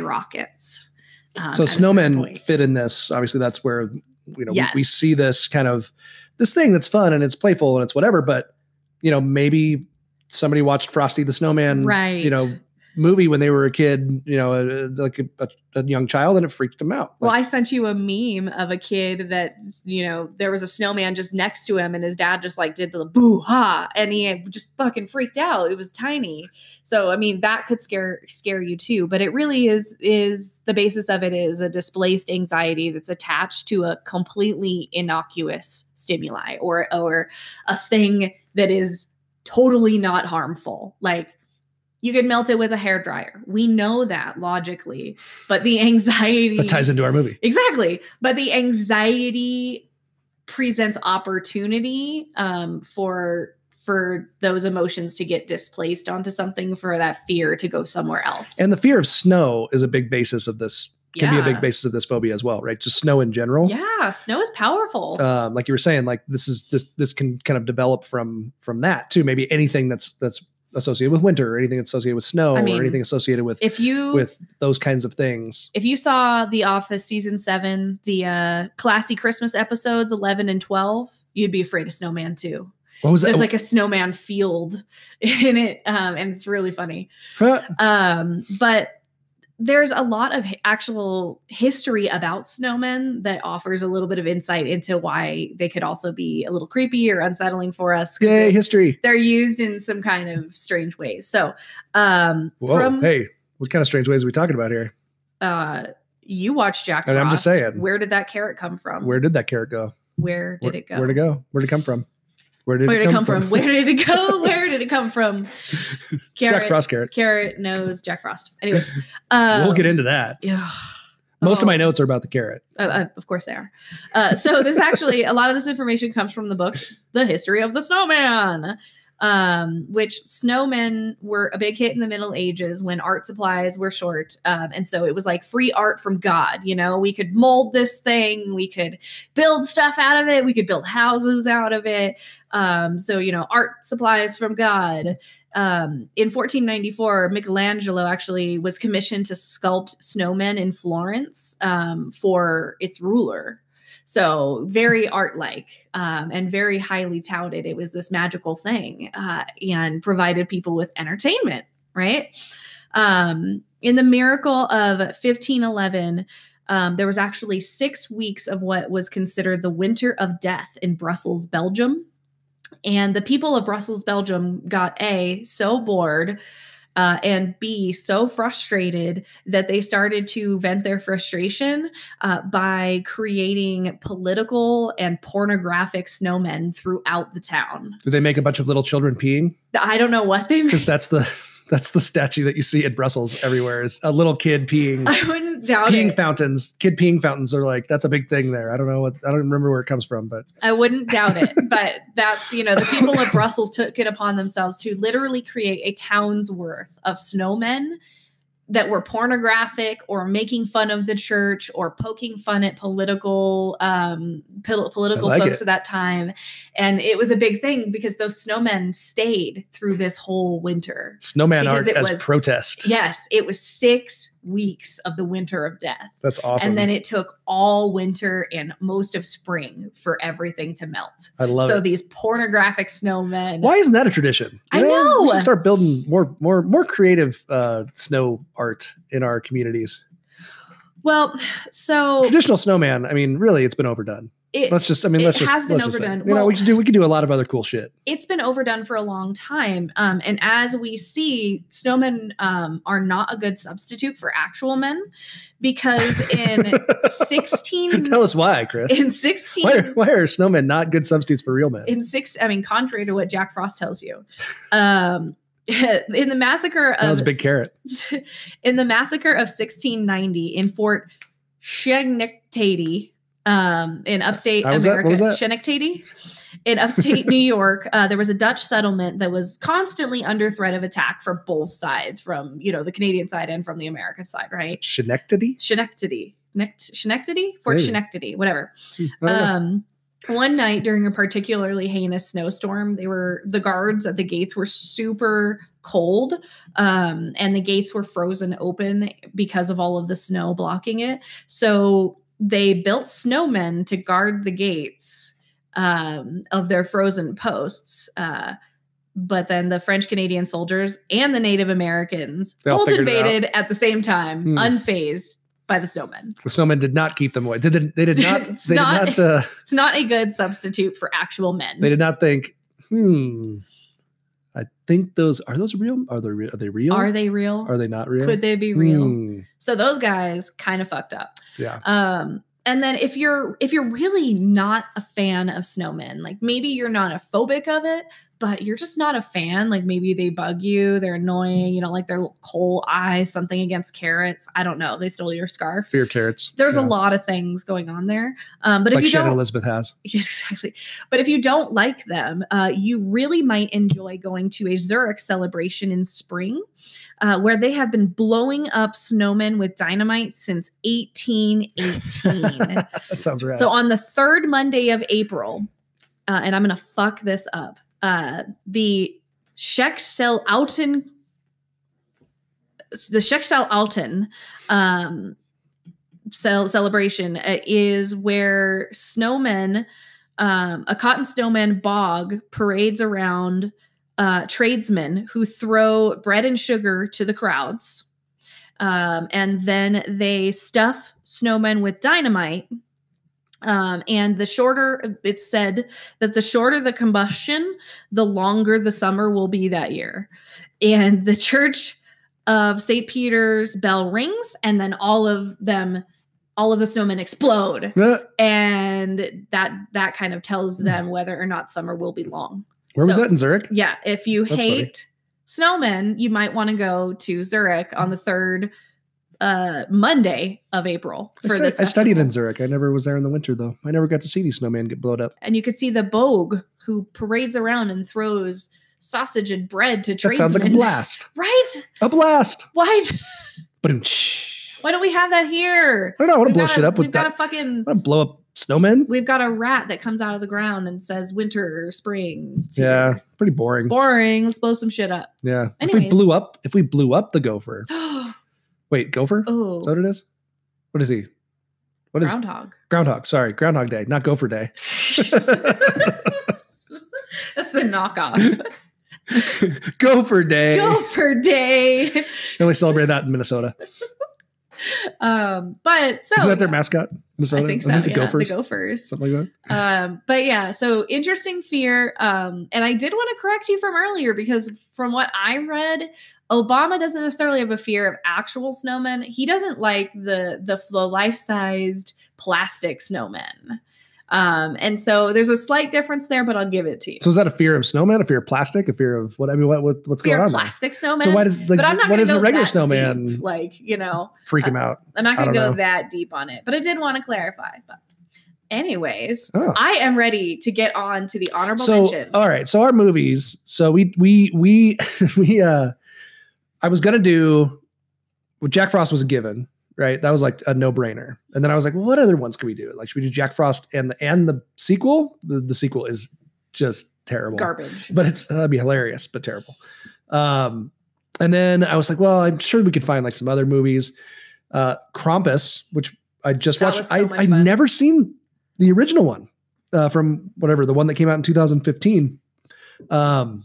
skyrockets. um,
so
at a certain
snowmen
point.
fit in this obviously that's where you know we, we
Yes.
see this kind of this thing that's fun and it's playful and it's whatever but you know maybe somebody watched frosty the snowman
right?
you know movie when they were a kid you know a, a- like a, a, a young child and it freaked them out
Well,
Like,
I sent you a meme of a kid that, you know, there was a snowman just next to him and his dad just like did the boo ha and he had just fucking freaked out. It was tiny. So, I mean, that could scare scare you too, but it really is is the basis of it is a displaced anxiety that's attached to a completely innocuous stimuli or or a thing that is totally not harmful. Like you could melt it with a hair dryer. We know that logically, but the anxiety
that ties into our movie
Exactly. But the anxiety presents opportunity um, for for those emotions to get displaced onto something for that fear to go somewhere else.
and the fear of snow is a big basis of this can be a
Yeah.
big basis of this phobia as well right just snow in general
yeah, snow is powerful.
um, like you were saying, like this is this this can kind of develop from from that too. Maybe anything that's that's associated with winter, or anything that's associated with snow,
I
or
mean,
anything associated with
if you
with those kinds of things.
if you saw The Office season seven, the uh, classy Christmas episodes eleven and twelve, you'd be afraid of snowman too.
What was that?
There's like a snowman field in it, um, and it's really funny.
Huh?
um but there's a lot of hi- actual history about snowmen that offers a little bit of insight into why they could also be a little creepy or unsettling for us. 'cause
Yay,
they-
history.
They're used in some kind of strange ways. So, um,
Whoa.
from
hey, what kind of strange ways are we talking about here?
uh, you watch Jack Frost.
And I'm just saying.
where did that carrot come from?
Where did that carrot go?
Where did
Where-
it go?
Where'd it go? Where'd it come from? Where did
Where
it come,
from? Where did it go? Where did it come from? Carrot,
Jack Frost carrot.
carrot knows Jack Frost. Anyways, uh,
we'll get into that.
Yeah.
Most
Oh.
of my notes are about the carrot.
Uh, uh, of course they are. Uh, so this actually, a lot of this information comes from the book, The History of the Snowman, um, which snowmen were a big hit in the Middle Ages when art supplies were short, um, and so it was like free art from God. You know, we could mold this thing, we could build stuff out of it, we could build houses out of it. Um, so you know, art supplies from God. Um, in 1494, Michelangelo actually was commissioned to sculpt snowmen in Florence um, for its ruler. So very art-like um, and very highly touted. It was this magical thing uh, and provided people with entertainment, right? Um, in the miracle of 1511, um, there was actually six weeks of what was considered the winter of death in Brussels, Belgium. And the people of Brussels, Belgium got A, so bored, uh, and B, so frustrated that they started to vent their frustration uh, by creating political and pornographic snowmen throughout the town.
Did they make a bunch of little children peeing?
I don't know what they made.
Because that's the that's the statue that you see in Brussels everywhere is a little kid peeing.
I wouldn't doubt
Peeing
it.
fountains, kid peeing fountains are like that's a big thing there. I don't know what I don't remember where it comes from, but
I wouldn't doubt it. But that's, you know, the people of Brussels took it upon themselves to literally create a town's worth of snowmen that were pornographic or making fun of the church or poking fun at political um pol- political
like
folks
it.
at that time and it was a big thing because those snowmen stayed through this whole winter
snowman
Because
art
it
as
was-
protest.
yes it was 6 weeks of the winter of death
That's awesome.
and then it took all winter and most of spring for everything to melt
I love
so
it.
these pornographic snowmen.
Why isn't that a tradition?
I
We
know.
should start building more more more creative uh, snow art in our communities.
Well, so
Traditional snowman, I mean, really, it's been overdone.
it,
Let's just, I mean,
it
let's just,
has been
let's just say.
overdone.
you know,
Well-
we could do we could do a lot of other cool shit.
it's been overdone for a long time. Um, and as we see, snowmen um, are not a good substitute for actual men because in 16,
Tell us why, Chris.
in 16,
Why are, why are snowmen not good substitutes for real men?
in six, I mean, contrary to what Jack Frost tells you, um, in the massacre of
That was a big carrot.
in the massacre of 1690 in Fort Schenectady, um, in upstate
How was that? What
America,
was that?
Schenectady, in upstate New York, uh, there was a Dutch settlement that was constantly under threat of attack from both sides, from you know the Canadian side and from the American side, right?
Schenectady?
Schenectady, Next, Schenectady, Fort
Maybe.
Schenectady, whatever.
Hmm, I don't know.
Um, one night during a particularly heinous snowstorm, they were the guards at the gates were super cold, um, and the gates were frozen open because of all of the snow blocking it. So they built snowmen to guard the gates um, of their frozen posts. Uh, but then the French Canadian soldiers and the Native Americans
They all
both
figured it out.
invaded at the same time,
Hmm.
unfazed by the snowmen.
the snowmen did not keep them away. Did they, they did not
It's
they
not-
did not uh,
It's not a good substitute for actual men.
they did not think, hmm. I think those are those real? Are they real? Are they real?
Are they real?
Are they not real?
Could they be real?
Hmm,
So those guys kind of fucked up.
yeah.
Um, and then if you're if you're really not a fan of snowmen, like maybe you're not a phobic of it, but you're just not a fan. Like maybe they bug you, they're annoying, you don't like their little coal eyes, something against carrots. I don't know. They stole your scarf.
Fear carrots.
There's
Yeah.
a lot of things going on there. Um, but
like
if you
Shannon
don't
Elizabeth has.
Yeah, exactly. But if you don't like them, uh, you really might enjoy going to a Zurich celebration in spring, uh, where they have been blowing up snowmen with dynamite since 1818.
that sounds right.
So on the third Monday of April, uh, and I'm going to fuck this up, uh, the Shexel Alten, the Shexel Alten um, cel- celebration uh, is where snowmen, um, a cotton snowman bog parades around uh, tradesmen who throw bread and sugar to the crowds. Um, and then they stuff snowmen with dynamite. Um, and the shorter it's said that the shorter the combustion, the longer the summer will be that year. And the church of St. Peter's bell rings, and then all of them, all of the snowmen explode.
Uh,
And that that kind of tells them whether or not summer will be long.
where was
So-
that in Zurich?
Yeah, if you
That's funny.
hate snowmen, you might want to go to Zurich on the third uh Monday of April
I,
for
stu-
this.
I studied in
festival.
Zurich. I never was there in the winter though. I never got to see these snowmen get blown up.
and you could see the Bogue who parades around and throws sausage and bread to
That
tradesmen.
sounds like a blast.
Right?
A blast.
Why?
But I
Why don't we have that here?
don't know. I want to
We've
blow
got a-
shit up with
We've got
that.
a fucking.
I want to blow up snowmen.
We've got a rat that comes out of the ground and says winter, spring. it's here."
Yeah, pretty boring.
Boring. Let's blow some shit up.
Yeah. If we
Anyways.
blew up, if we blew up the gopher. Wait, gopher?
oh,
Is that what it is? What is he? What is
groundhog.
groundhog? Sorry, Groundhog Day, not Gopher Day.
That's the knockoff.
Gopher Day.
Gopher Day.
They only celebrate that in Minnesota.
Um, but so
Isn't that their mascot? Minnesota?
I think so.
Isn't it the
yeah,
Gophers?
The Gophers.
Something like
Um, but yeah, so interesting fear. Um, and I did want to correct you from earlier because from what I read, Obama doesn't necessarily have a fear of actual snowmen. He doesn't like the the the life sized plastic snowmen. Um, and so there's a slight difference there, but I'll give it to you.
that. So is that a fear of snowman, a fear of plastic, a fear of what? I mean, what, what what's
fear
going
of
on there?
plastic snowmen.
So why does like
but I'm not
why
going
does
to
the
go
regular
that
snowman
deep. like you uh, know
freak him out?
I'm not
I
going to
don't
go
know.
that deep on it, but I did want to clarify. But anyways,
Oh.
I am ready to get on to the honorable
so uh,
mention.
all right so our movies so we we we we uh i was gonna do well, jack frost was a given right that was like a no-brainer and then i was like well, what other ones can we do like should we do jack frost and the and the sequel the, the sequel is just terrible
Garbage.
but it's that'd be hilarious but terrible um and then i was like well i'm sure we could find like some other movies uh krampus which i just
That
watched
was so
i
much
i've
fun.
never seen the original one uh from whatever the one that came out in 2015 um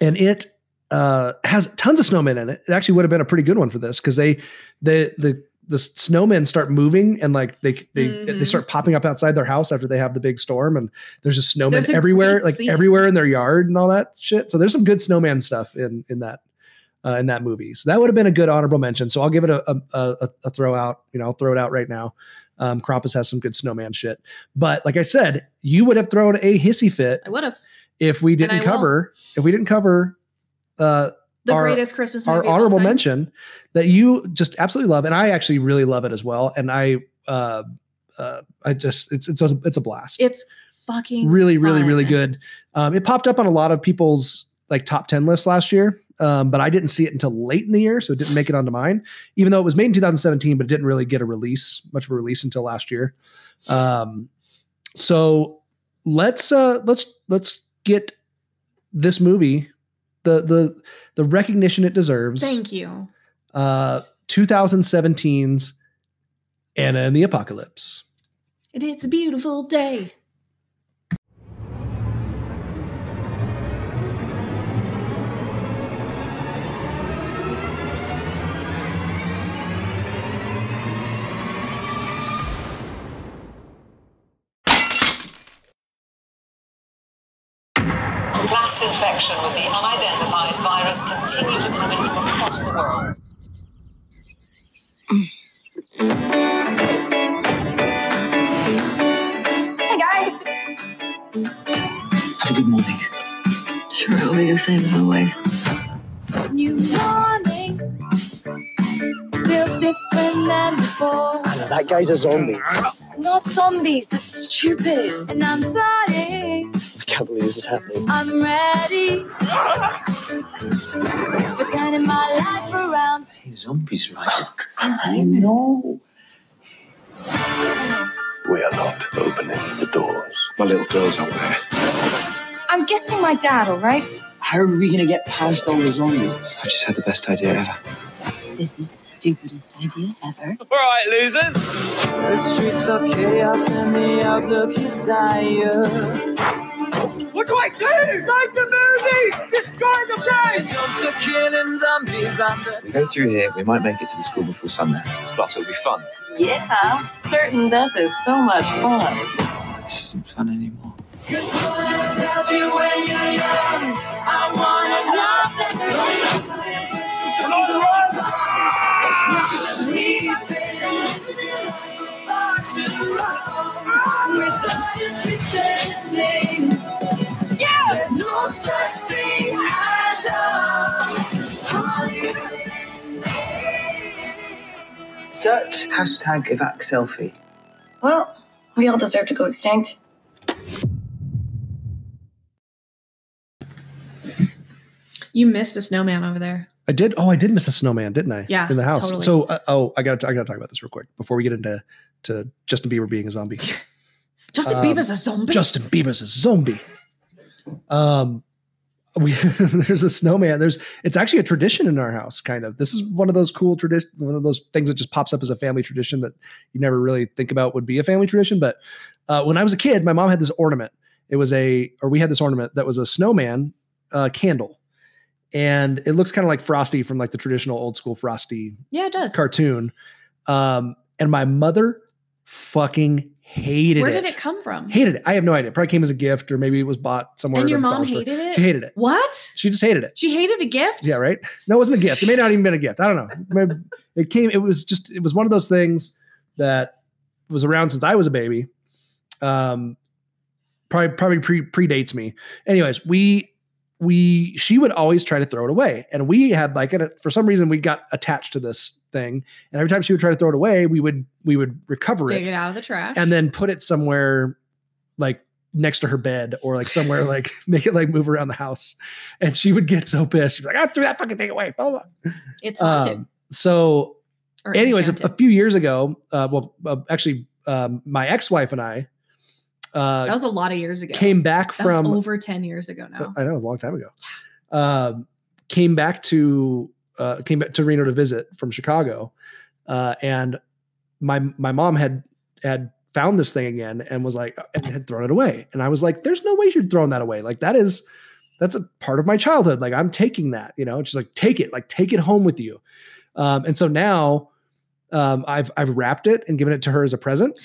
and it uh has tons of snowmen in it it actually would have been a pretty good one for this because they the the the snowmen start moving and like they they they
Mhm.
start popping up outside their house after they have the big storm and there's just snowmen
There's a
everywhere
great
like
scene.
everywhere in their yard and all that shit so there's some good snowman stuff in in that uh, in that movie so that would have been a good honorable mention so i'll give it a a, a, a throw out you know i'll throw it out right now um Krampus has some good snowman shit but like i said you would have thrown a hissy fit
I would have
if we didn't
I
cover if we didn't cover uh
the
Our-
greatest Christmas movie.
our
of all
honorable
time.
mention that you just absolutely love, and I actually really love it as well. And I, uh, uh, I just it's it's a, it's a blast.
It's fucking
really, really, really
fun.
good. Um, it popped up on a lot of people's like top ten lists last year, um, but I didn't see it until late in the year, so it didn't make it onto mine. Even though it was made in 2017, but it didn't really get a release, much of a release until last year. Um, so let's uh, let's let's get this movie the the the recognition it deserves.
Thank you.
Uh, 2017's Anna and the Apocalypse.
And it's a beautiful day.
Mass infection with the unidentified virus continue to come in from across the world.
Hey guys,
Have a good morning.
sure it'll be the same as always.
New morning feels different than before.
That guy's a zombie.
It's not zombies, that's stupid.
And I'm flying.
I can't believe this is happening.
I'm ready for turning my life around.
Hey, zombies, right?
I
no. We are not opening the doors. My little girls out there.
I'm getting my dad, all right?
How are we gonna get past all the zombies?
I just had the best idea ever.
This is the stupidest idea ever.
All right, losers.
The streets are chaos and the outlook is dire.
What do I do? Make the move
Zombies! Destroy the place! I'm still killing zombies. I'm
We go through here, we might make it to the school before sundown. Plus, it'll be fun.
Yeah, certain death is so much fun.
This isn't fun anymore.
Cause no one tells you when you're young. I wanna love that There's no such thing as a Hollywood.
Search hashtag evac selfie.
Well, we all deserve to go extinct.
You missed a snowman over there.
I did. Oh, I did miss a snowman, didn't I?
Yeah,
in the house.
totally.
So, uh, oh, I got to I got to talk about this real quick before we get into to Justin Bieber being a zombie.
Justin
Um,
Bieber's a zombie.
Justin Bieber's a zombie. Um, we there's a snowman. There's it's actually a tradition in our house. Kind of. This is one of those cool tradition. One of those things that just pops up as a family tradition that you never really think about would be a family tradition. But uh, when I was a kid, my mom had this ornament. It was a or we had this ornament that was a snowman uh, candle, and it looks kind of like Frosty from like the traditional old school Frosty
yeah, it does.
cartoon. Um, and my mother fucking hated
Where
it.
did it come from?
Hated it. I have no idea. It probably came as a gift, or maybe it was bought somewhere.
and
at a
your mom
dollar store.
hated it?
She hated it.
What?
She just hated it.
She hated a gift?
Yeah, right. No, it wasn't a gift. It may not even been a gift. I don't know. Maybe it came. It was just. It was one of those things that was around since I was a baby. Um, probably probably pre predates me. Anyways, we we she would always try to throw it away, and we had like an, for some reason we got attached to this thing, and every time she would try to throw it away, we would we would recover
Dig
it
it out of the trash.
and then put it somewhere like next to her bed or like somewhere like make it like move around the house. And she would get so pissed. She'd be like, I threw that fucking thing away. Blah, blah.
it's haunted.
Um, so,
or
anyways, a,
enchanted.
a few years ago, uh, well, uh, actually, um, my ex wife and I
that
uh,
was a lot of years ago.
came back
Oh, that
from
was over 10 years ago
uh,
now.
I know it was a long time ago. Um, came back to uh, came back to Reno to visit from Chicago, uh, and my my mom had had found this thing again and was like and had thrown it away. And I was like, "There's no way you'd thrown that away. Like that is that's a part of my childhood. Like I'm taking that. You know, just like take it. Like take it home with you." Um, and so now. Um, I've I've wrapped it and given it to her as a present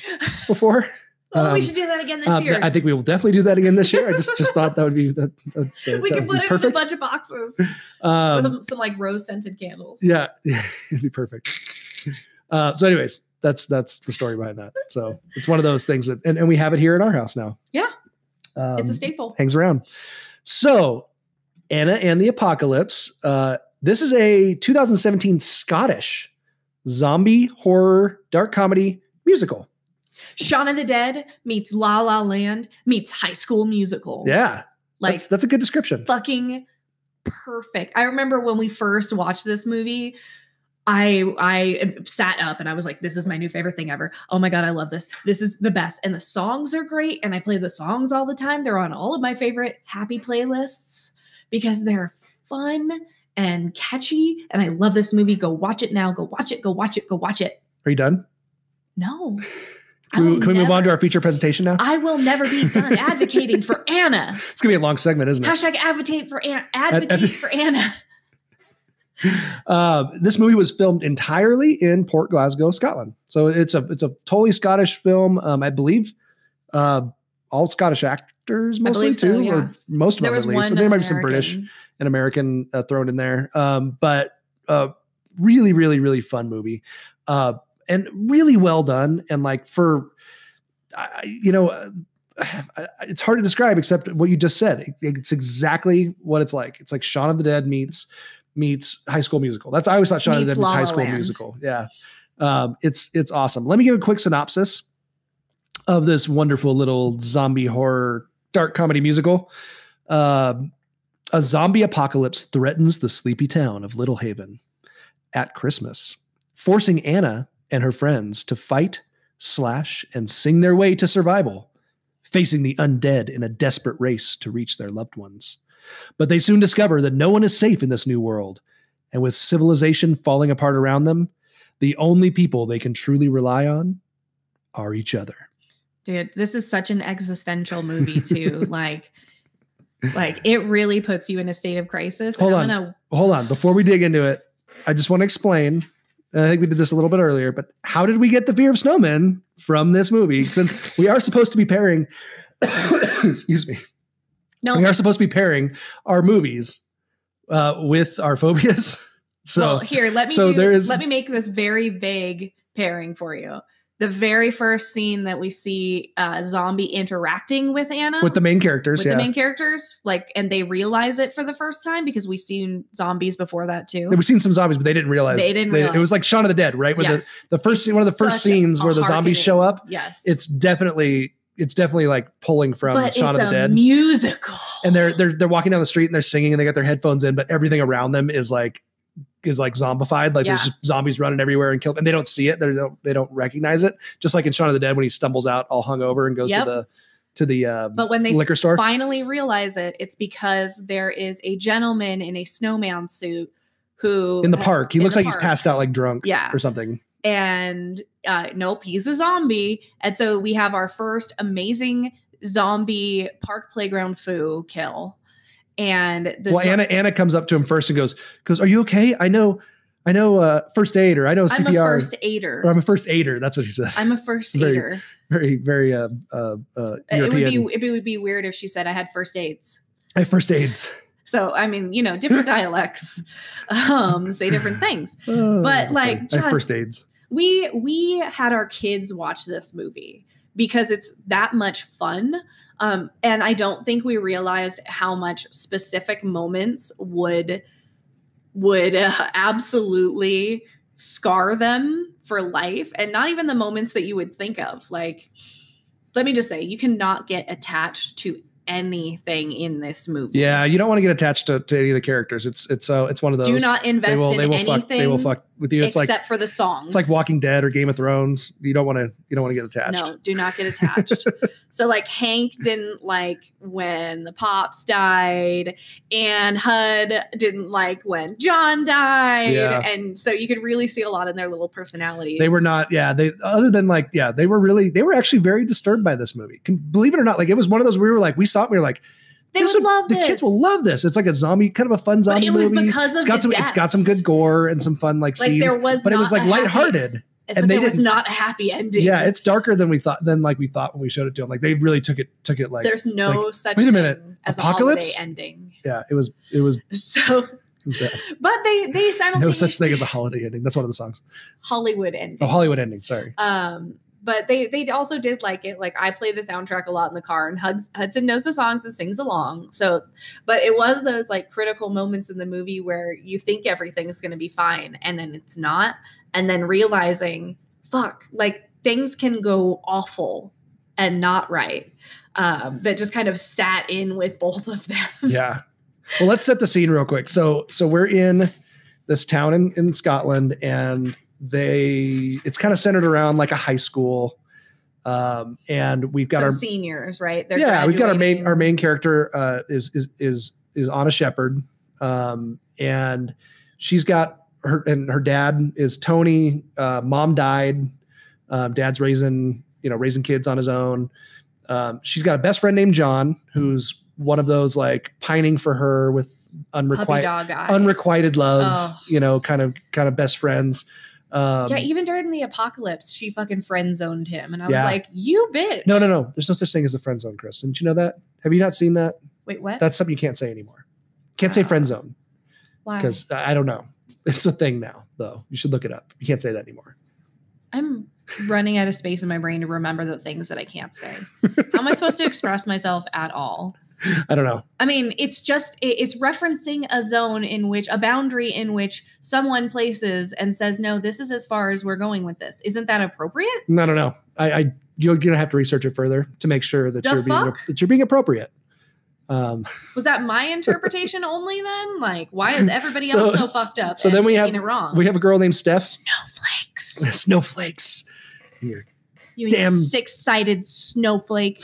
before.
oh, we
Um,
should do that again this
um,
year.
I think we will definitely do that again this year. I just just thought that would be that, that's, uh,
we
that
can
would
put
be
it in a
perfect.
bunch of boxes
Um,
with some like rose scented candles.
yeah, yeah, it'd be perfect. Uh, so, anyways, that's that's the story behind that. So it's one of those things that, and, and we have it here in our house now.
Yeah.
um,
it's a staple.
hangs around. So, Anna and the Apocalypse. Uh, this is a 2017 Scottish zombie horror dark comedy musical.
Shaun of the Dead meets La La Land meets High School Musical.
Yeah,
Like
that's, that's a good description.
fucking perfect. I remember when we first watched this movie, I I sat up and I was like, this is my new favorite thing ever. Oh my god, I love this. This is the best. And the songs are great. And I play the songs all the time. They're on all of my favorite happy playlists because they're fun and catchy. And I love this movie. Go watch it now. Go watch it. Go watch it. Go watch it.
Are you done?
No. I
Can we,
will
can we move on to
never-
our feature presentation now?
I will never be done advocating for Anna.
It's gonna be a long segment, isn't it?
Hashtag advocate for Anna. Advocate for Anna.
Uh, this movie was filmed entirely in Port Glasgow, Scotland. So it's a it's a totally Scottish film. Um, I believe uh, all Scottish actors mostly
believe so,
too,
yeah.
or most of
There
them
was
at least.
one.
So there might be some British
American.
and American uh, thrown in there. Um, but uh, really, really, really fun movie, uh, and really well done. And like for I, I- you know. Uh, I- I- it's hard to describe except what you just said. It- It's exactly what it's like. It's like Shaun of the Dead meets meets High School Musical. That's I always thought Shaun of the
Meets
Dead meets
La
High
La
School
Land.
Musical. Yeah, um, it's it's awesome. Let me give a quick synopsis of this wonderful little zombie horror dark comedy musical. Um, a zombie apocalypse threatens the sleepy town of Little Haven at Christmas, forcing Anna and her friends to fight, slash, and sing their way to survival, facing the undead in a desperate race to reach their loved ones. But they soon discover that no one is safe in this new world, and with civilization falling apart around them, the only people they can truly rely on are each other.
Dude, this is such an existential movie too. like Like it really puts you in a state of crisis.
Hold
I'm
on.
gonna-
Hold on. Before we dig into it, I just want to explain. and I think we did this a little bit earlier, but how did we get the fear of snowmen from this movie? Since we are supposed to be pairing, excuse me,
no,
we are supposed to be pairing our movies uh, with our phobias. So
well, here, let me
so
do,
there is-
let me make this very vague pairing for you. The very first scene that we see uh, zombie interacting with Anna
with the main characters,
with
yeah,
the main characters, like, and they realize it for the first time because we've seen zombies before that too.
we've seen some zombies, but they didn't realize
They didn't
it was
realize.
like Shaun of the Dead, right? With
Yes.
the, the first
It's
one of the first
such a-
scenes where
a
the zombies
harkening.
show up.
Yes,
It's definitely it's definitely like pulling from
but
Shaun
it's
of the
a
Dead.
musical.
and they're they're they're walking down the street and they're singing and they got their headphones in, but everything around them is like is like zombified. Like there's
Yeah.
just zombies running everywhere and kill, and they don't see it. They don't they don't recognize it. Just like in Shaun of the Dead when he stumbles out all hungover and goes
Yep.
to the to the um,
But when they
liquor store.
finally realize it, it's because there is a gentleman in a snowman suit who
in the park, he
in
looks
the
like he's
park.
passed out, like drunk,
Yeah.
or something.
and uh, nope, he's a zombie. And so we have our first amazing zombie park playground foo kill. And the
well,
zo-
Anna Anna comes up to him first and goes goes, "Are you okay? I know, I know, uh, first aid, or I know
I'm
CPR,
a first
or
aider.
I'm a first aider." That's what she says.
I'm a first
Very
aider.
very very uh, uh, uh,
It
European.
would be it would be weird if she said I had first aids.
I have first aids.
So I mean, you know, different dialects um, say different things.
Oh,
But,
that's
like,
fine. I have
just-
first aids.
we we had our kids watch this movie because it's that much fun um and i don't think we realized how much specific moments would would uh, absolutely scar them for life and not even the moments that you would think of like let me just say you cannot get attached to anything in this movie
Yeah, you don't want to get attached to, to any of the characters. It's it's so it's one of those.
do not invest
they will
in
they will
anything
fuck they will fuck with you. It's
except
like
for the songs
it's like Walking Dead or Game of Thrones. You don't want to you don't want to get attached.
No, do not get attached. so like Hank didn't like when the pops died, and Hud didn't like when John died,
Yeah.
and so you could really see a lot in their little personalities.
They were not. Yeah, they other than like yeah, they were really they were actually very disturbed by this movie. Can, believe it or not, like it was one of those we were like we saw it. We were like
They
this
would
would-
love
the
this.
kids will love this. It's like a zombie kind of a fun
But
zombie
it was
movie.
because of
it's got
the
some it's got some
deaths.
good gore and some fun like,
Like,
scenes.
there was
but it was
not
like
a happy
lighthearted.
But
and they
there was
didn't-
not a happy ending.
Yeah, it's darker than we thought than like we thought when we showed it to them. Like they really took it took it like
there's no such
wait a minute,
thing as a
apocalypse?
holiday ending.
yeah, it was it was
So,
it was bad.
but they they
no
simultaneously
such thing as a holiday ending. That's one of the songs.
Hollywood ending.
Oh, Hollywood ending. Sorry.
Um, but they they also did like it. Like I play the soundtrack a lot in the car, and Huds, Hudson knows the songs and sings along. So, but it was those like critical moments in the movie where you think everything's going to be fine, and then it's not, and then realizing, fuck, like things can go awful and not right. Um, that just kind of sat in with both of them.
Yeah. Well, let's set the scene real quick. So so we're in this town in, in Scotland, and they it's kind of centered around like a high school. Um, and we've got
so
our
seniors, right? They're
yeah, we've got our main
graduating.
our main character uh, is is is is Anna Shepherd, um, and she's got her and her dad is Tony. Uh, mom died. Um, dad's raising you know raising kids on his own. Um, she's got a best friend named John, who's one of those like pining for her with
puppy
unrequited
dog eyes.
unrequited love,
Oh.
you know, kind of kind of best friends. Um,
yeah, even during the apocalypse, she fucking friend zoned him, and I
Yeah.
was like, "You bitch!"
no, no, no. There's no such thing as a friend zone, Chris. Didn't you know that? Have you not seen that?
Wait, what?
That's something you can't say anymore. Can't say friend zone
Why?
because I don't know. It's a thing now, though. You should look it up. You can't say that anymore.
I'm running out of space in my brain to remember the things that I can't say. How am I supposed to express myself at all?
I don't know.
I mean, it's just it- it's referencing a zone in which a boundary in which someone places and says, "No, this is as far as we're going with this." Isn't that appropriate?
I don't know. I, I you're gonna have to research it further to make sure that
The
you're being
fuck?
that you're being appropriate. Um,
Was that my interpretation only then? Like, why is everybody
So-
else so fucked up?
so
and
then we
taking
have-
it wrong.
we have a girl named Steph.
snowflakes.
Snowflakes. Here.
You
Damn.
six-sided snowflake.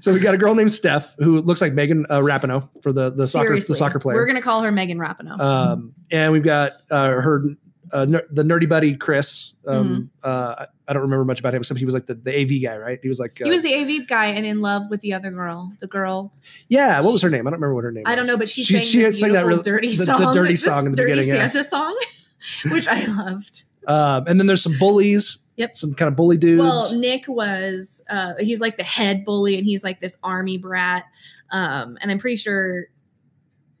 So we got a girl named Steph who looks like Megan uh, Rapinoe for the the soccer
Seriously.
the soccer player.
We're gonna call her Megan Rapinoe.
Um, and we've got uh, her uh, ner- the nerdy buddy Chris.
Mm-hmm.
Um, uh, I- I don't remember much about him. Some he was like the, the AV guy, right? He was like, uh,
He was the AV guy and in love with the other girl. The girl
yeah. What was her name? I don't remember what her name.
I don't
was.
know, but she,
she,
sang,
she
this
sang that
beautiful
real
dirty
the,
song,
the dirty
this
song in the
dirty
beginning. Yeah.
Santa song, which I loved.
Um, and then there's some bullies.
Yep.
Some kind of bully dudes.
Well, Nick was uh, he's like the head bully, and he's like this army brat. Um, and I'm pretty sure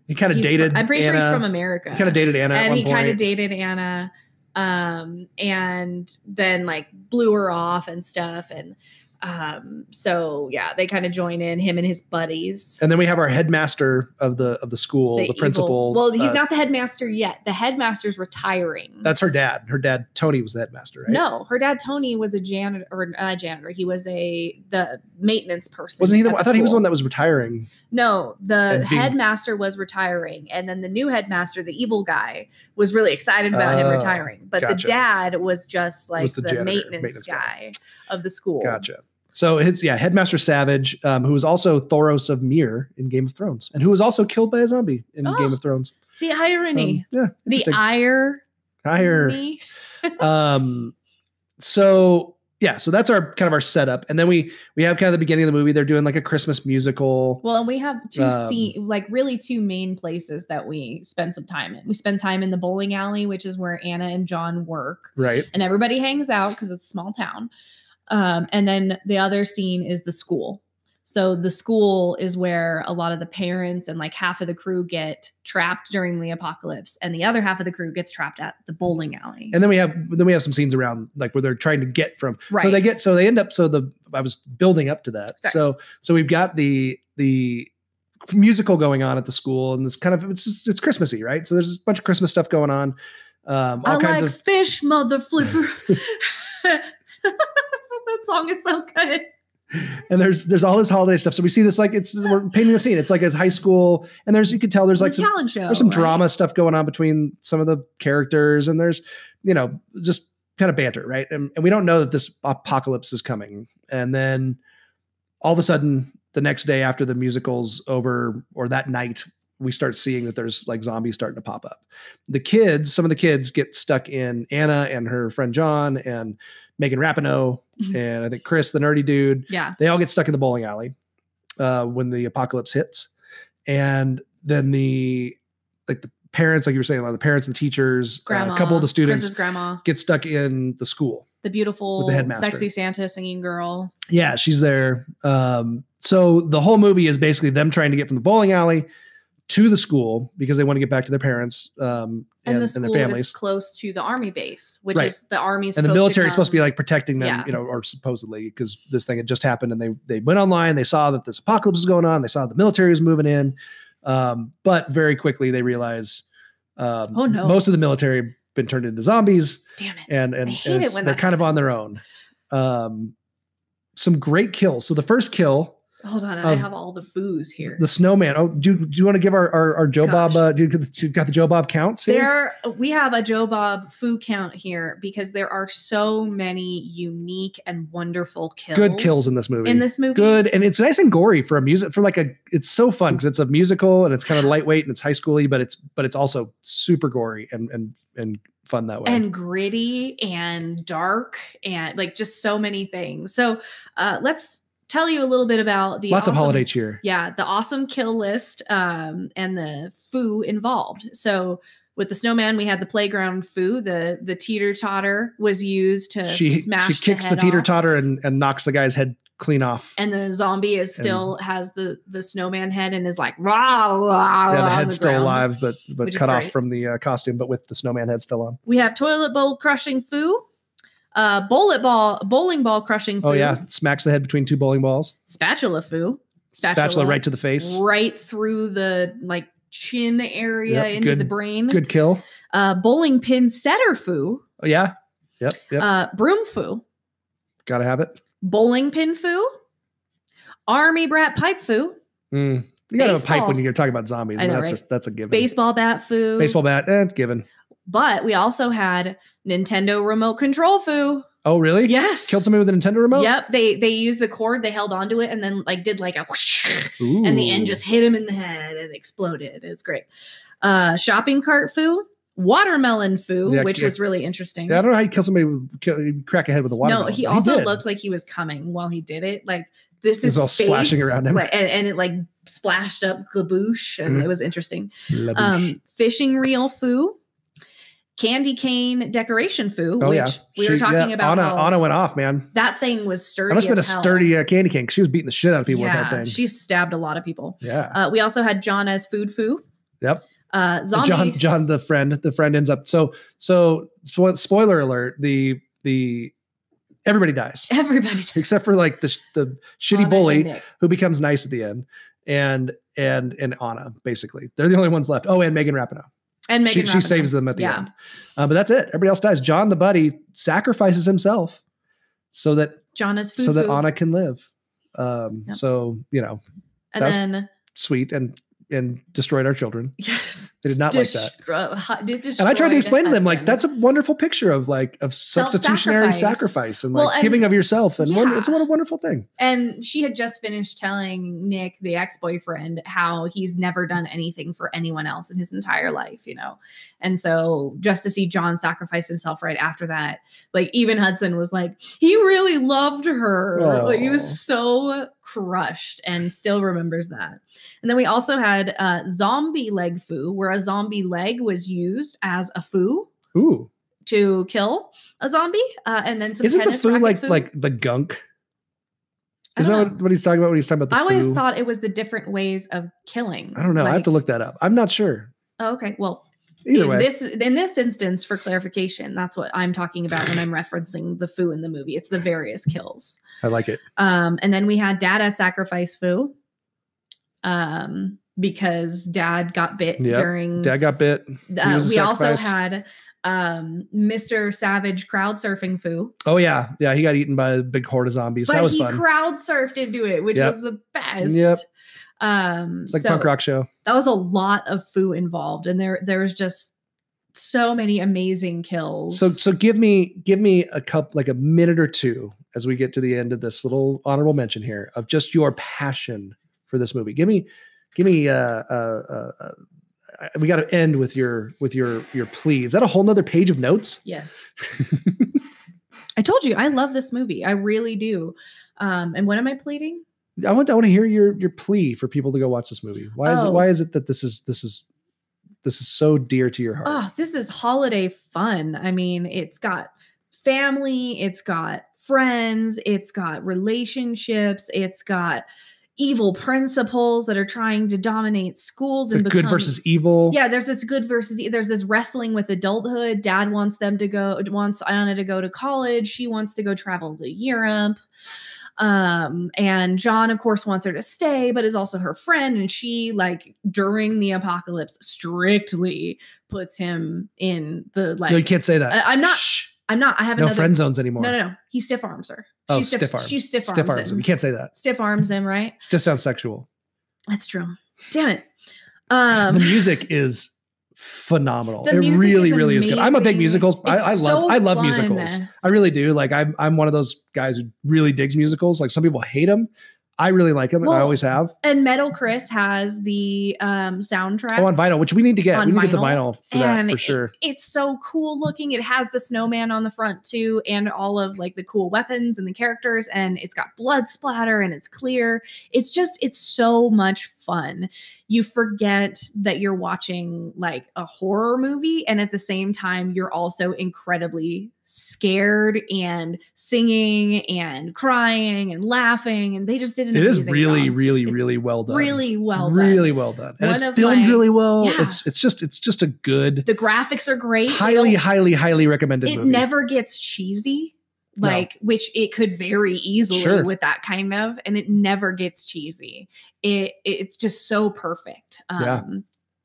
he kind of
he's fr-
dated.
I'm pretty sure he's
Anna.
from America.
He kind of dated Anna at
and
one
he
point.
kind of dated Anna, um, and then like blew her off and stuff. And um, so yeah, they kind of join in him and his buddies.
and then we have our headmaster of the of the school, the,
evil-
principal.
Well, he's
uh,
not the headmaster yet. The headmaster's retiring.
That's her dad. Her dad Tony was the headmaster, right?
No, her dad Tony was a janitor or uh, janitor. He was a the maintenance person.
Wasn't he the
at
one? I thought he was the
school.
one that was retiring.
No, the
And being-
headmaster was retiring, and then the new headmaster, the evil guy, was really excited about him
Oh,
retiring. But
gotcha.
the dad was just like
was the
the,
janitor,
maintenance,
maintenance
guy,
guy.
of the school.
Gotcha. So his yeah, headmaster Savage, um, who was also Thoros of Mir in Game of Thrones, and who was also killed by a zombie in
Oh,
Game of Thrones.
The
Um,
irony,
yeah,
the
interesting.
ire,
higher. um so yeah so that's our kind of our setup and then we we have kind of the beginning of the movie they're doing like a christmas musical
Well, and we have two
Um,
scene, like really two main places that we spend some time in. We spend time in the bowling alley, which is where Anna and John work,
right
and everybody hangs out because it's a small town. Um, and then the other scene is the school. So the school is where a lot of the parents and like half of the crew get trapped during the apocalypse, and the other half of the crew gets trapped at the bowling alley.
and then we have then we have some scenes around like where they're trying to get from so
Right.
they get so they end up so the i was building up to that
Sorry.
so so we've got the the musical going on at the school and this kind of it's just it's christmassy right so there's a bunch of christmas stuff going on um all
I
kinds
like
of
fish, mother flipper. that song is so good.
and there's there's all this holiday stuff so we see this like it's we're painting the scene it's like a high school and there's you could tell there's like
the
some
talent show.
there's some
right?
drama stuff going on between some of the characters and there's you know just kind of banter right and, and we don't know that this apocalypse is coming and then all of a sudden the next day after the musical's over or that night we start seeing that there's like zombies starting to pop up the kids some of the kids get stuck in anna and her friend john and megan rapinoe
Mhm.
and i think chris the nerdy dude
Yeah.
they all get stuck in the bowling alley uh, when the apocalypse hits and then the like the parents like you were saying like the parents and teachers uh,
Grandma.
a couple of the students
Chris's grandma.
get stuck in the school
the beautiful
With the headmaster.
sexy santa singing girl
yeah she's there um, so the whole movie is basically them trying to get from the bowling alley to the school because they want to get back to their parents um,
and,
and,
the
and,
school
their families
is close to the army base which
Right.
is the army's
and the military is supposed to be like protecting them,
Yeah.
you know, or supposedly because this thing had just happened, and they they went online, they saw that this apocalypse was going on, they saw the military was moving in, um, but very quickly they realize, um,
Oh, no.
most of the military have been turned into zombies,
damn it
and and,
I hate
and
it
it's-
when
they're
that
kind of on their own.
happens.
Um, some great kills. So the first kill,
hold on i
eh, of-
have all the foos here
the snowman. Oh, do do you want to give our our, our Joe Bob?
Gosh.
Uh, do you, do you got the Joe Bob counts here?
there we have a joe bob foo count here because there are so many unique and wonderful kills
Good kills in this movie.
in this movie
good and it's nice and gory for a music for like a it's so fun because it's a musical and it's kind of lightweight and it's high schooly but it's but it's also super gory and and and fun that way
and gritty and dark and like just so many things so uh let's tell you a little bit about the
lots of
awesome-
holiday cheer
yeah the awesome kill list um and the foo involved so with the snowman we had the playground foo the the teeter totter was used to
she
smash
she kicks the,
head
teeter
off,
totter and and knocks the guy's head clean off
and the zombie is still has the the snowman head and is like rah rah rah
yeah, the
on
head's still
ground.
alive, but but
which is
cut off
great.
from the uh, costume, but with the snowman head still on.
we have toilet bowl crushing foo uh bullet ball bowling ball crushing foo
Oh yeah, smacks the head between two bowling balls.
spatula foo
Spatula,
Spatula.
right to the face.
right through the like chin area
Yep,
into
good-
the brain
Good kill.
uh, bowling pin setter foo,
Oh, yeah. Yep. Yep.
uh, broom foo,
Gotta have it.
bowling pin foo, army brat pipe foo,
Mm. You gotta have a pipe when
Baseball.
you're talking about zombies.
I
and
know,
that's
right?
just that's a given.
baseball bat foo,
Baseball bat, eh, it's given.
But we also had Nintendo remote control foo.
Oh, really?
Yes,
Killed somebody with a Nintendo remote?
Yep, they they used the cord, they held onto it, and then like did like a whoosh,
Ooh.
and the end just hit him in the head and exploded. It was great. Uh, shopping cart foo, watermelon foo,
Yeah,
which
yeah.
was really interesting.
Yeah, I don't know how you kill somebody with kill, crack a head with a
no,
watermelon.
he also
did.
looked like he was coming while he did it. Like this
It was
is
all splashing around him.
like, and, and it like splashed up glaboosh, and
Mhm.
it was interesting.
Labouche.
Um, fishing reel foo, candy cane decoration foo,
oh
which
yeah,
we
She-
were talking
yeah,
about.
Anna.
how
Anna went off, man.
that thing was sturdy.
That must have been a
as hell.
sturdy uh, candy cane. 'cause She was beating the shit out of people
yeah,
with that thing.
She stabbed a lot of people.
yeah.
Uh, we also had John as food foo.
Yep.
Uh,
So
zombie.
John, John, the friend, the friend ends up. So, so spo- spoiler alert: the the everybody dies
Everybody.
except for like the sh- the shitty
Anna and
bully
Nick.
who becomes nice at the end, and and and Anna basically they're the only ones left. Oh, and Megan Rapinoe.
And Megan
she, she
Rapinoe.
saves them at the
Yeah.
end. Uh, but that's it. Everybody else dies. John the buddy sacrifices himself so that
John as food
so that
foo.
Anna can live. Um,
Yep.
So you know,
and
that was-
then
sweet and and destroyed our children.
yes,
They did not like that.
like that.
And I tried to explain to them like that's a wonderful picture of like of substitutionary
Self-sacrifice.
sacrifice and like
Well, and-
giving of yourself and one,
Yeah.
it's what a wonderful thing.
And she had just finished telling Nick, the ex boyfriend, how he's never done anything for anyone else in his entire life, you know? And so just to see John sacrifice himself right after that, like even Hudson was like, he really loved her. Like he
Aw.
was so crushed and still remembers that. And then we also had uh, zombie leg foo, where a zombie leg was used as a foo
Ooh,
to kill a zombie. Uh, and then some
isn't the
tennis
food
racket
like
foo.
like the gunk?
I
Is that
don't know.
what, what he's talking about when he's talking about the
I always
foo?
thought it was the different ways of killing.
I don't know. I have
like-
to look that up. I'm not sure.
Oh, okay. Well,
Either
in
way,
this in this instance, for clarification, that's what I'm talking about when I'm referencing the foo in the movie. It's the various kills.
I like it.
Um, and then we had Dad as sacrifice foo, um, because Dad got bit
Yep.
during.
Dad got bit.
uh,
was a
we also
sacrifice.
had um, Mr. Savage crowd surfing foo,
Oh yeah, yeah. He got eaten by a big horde of zombies. that
but
was
he
fun.
crowd surfed into it, which
Yep.
was the best.
Yep.
Um,
it's like
so-
punk rock show.
that was a lot of foo involved and there there was just so many amazing kills
So so give me give me a cup like a minute or two as we get to the end of this little honorable mention here of just your passion for this movie. Give me give me uh uh, uh, uh I- we got to end with your with your your plea. Is that a whole nother page of notes?
yes i told you i love this movie i really do um and what am i pleading
I want I want to hear your your plea for people to go watch this movie. Why is it
Oh.
why is it that this is this is this is so dear to your heart?
oh this is holiday fun i mean it's got family it's got friends it's got relationships it's got evil principles that are trying to dominate schools
It's
and
like good
become
versus evil.
Yeah, there's this good versus e- there's this wrestling with adulthood. Dad wants them to go wants Ayana to go to college. She wants to go travel to Europe. Um, and John, of course, wants her to stay, but is also her friend. And she, like, during the apocalypse, strictly puts him in the like.
no, you can't say that.
I- I'm not-
Shh.
I'm not. I have
no
another.
friend zones anymore.
no, no, no. He stiff arms her.
Oh,
she
stiff, arm.
She stiff arms,
Stiff arms.
him.
We can't say that.
Stiff arms him, right?
Stiff sounds sexual.
That's true. Damn it. Um,
the music is phenomenal.
The
Oh, It
music
really,
is
really is good. I'm a big
amazing.
musicals. I,
It's
I love
so
I love
fun.
musicals. I really do. Like I'm I'm one of those guys who really digs musicals. Like some people hate them. I really like them, and I
Well,
always have.
and Metal Chris has the um soundtrack.
Oh, on vinyl, which we need to get.
on
We need to get the
vinyl.
vinyl for that
And
for
it-
sure.
it's so cool looking. It has the snowman on the front too, and all of like the cool weapons and the characters, and it's got blood splatter and it's clear. It's just it's so much fun. You forget that you're watching like a horror movie, and at the same time, you're also incredibly scared and singing and crying and laughing, and they just did an
It is
amazing
really,
job.
really,
It's
really well done.
really well done.
really well done, and
One
it's
of
filmed
my-
really well.
Yeah.
It's it's just it's just a good,
the graphics are great. They
highly,
don't-
highly, highly recommended
it
movie.
never gets cheesy
No.
like which it could very easily
Sure.
with that kind of and it never gets cheesy it it's just so perfect um
Yeah.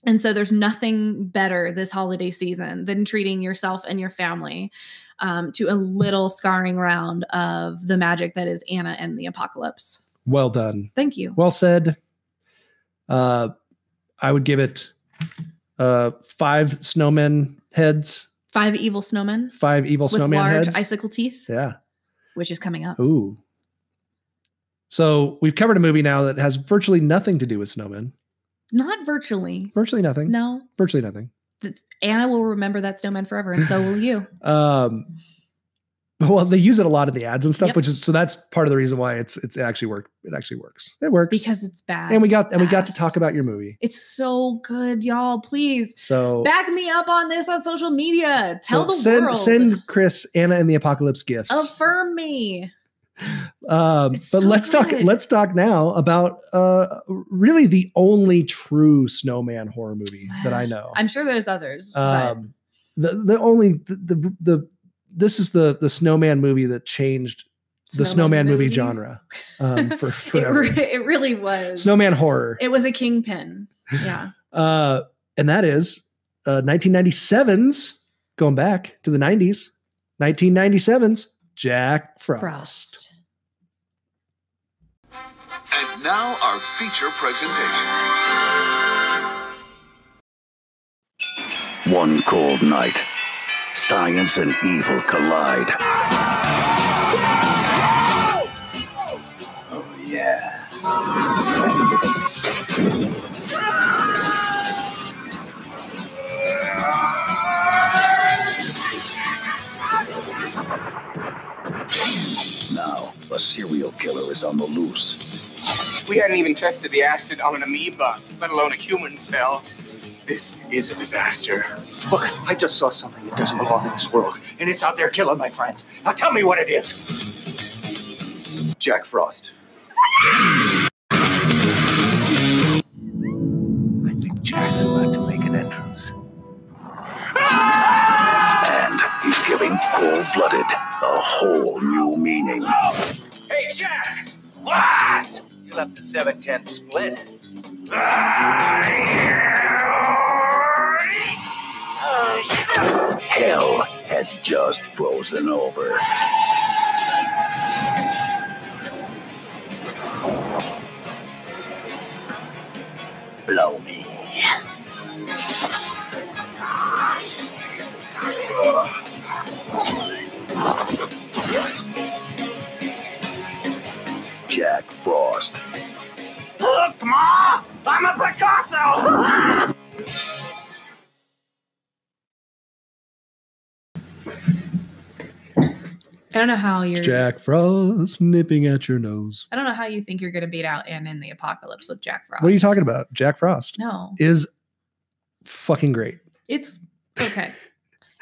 and so there's nothing better this holiday season than treating yourself and your family um, to a little scarring round of the magic that is anna and the apocalypse
well done.
thank you
Well said. Uh, I would give it uh, five snowmen heads,
five evil snowmen
five evil
with
snowman
large
heads.
icicle teeth
yeah.
which is coming up
Ooh. So we've covered a movie now that has virtually nothing to do with snowmen.
not virtually
Virtually nothing.
no
Virtually nothing.
th- and I will remember that snowman forever, and so will you.
Um, well, they use it a lot in the ads and stuff,
Yep.
which is so that's part of the reason why it's it's actually worked. It actually works. It works.
because it's bad.
and we got and we got to
ass.
talk about your movie.
It's so good, y'all. Please
So
back me up on this on social media. Tell
so
the
send
world.
send Chris Anna and the Apocalypse gifts.
affirm me.
um, but
It's so
let's talk.
good.
Let's talk now about uh, really the only true snowman horror movie that I know.
I'm sure there's others,
um, the the only the, the the this is the the snowman movie that changed
but
the snowman movie, genre um, for
It,
forever.
re- it really was.
snowman horror,
It was a kingpin. Yeah.
uh, and that is uh, 1997's going back to the 90s. 1997's Jack Frost.
And now our feature presentation.
One cold night, science and evil collide. Oh, yeah. Now, a serial killer is on the loose.
We hadn't even tested the acid on an amoeba, let alone a human cell. This is a disaster.
Look, I just saw something that doesn't belong in this world, and it's out there killing my friends. Now tell me what it is.
Jack Frost.
Jack's about to make an entrance. And he's giving cold blooded a whole new meaning.
Hey, Jack! What? You left the 710 split.
Hell has just frozen over. Blow me. Jack Frost.
Look, Ma! I'm a Picasso!
I don't know how you're.
Jack Frost nipping at your nose.
I don't know how you think you're going to beat out Anne in the apocalypse with Jack Frost.
What are you talking about? Jack Frost
No,
is fucking great.
it's okay.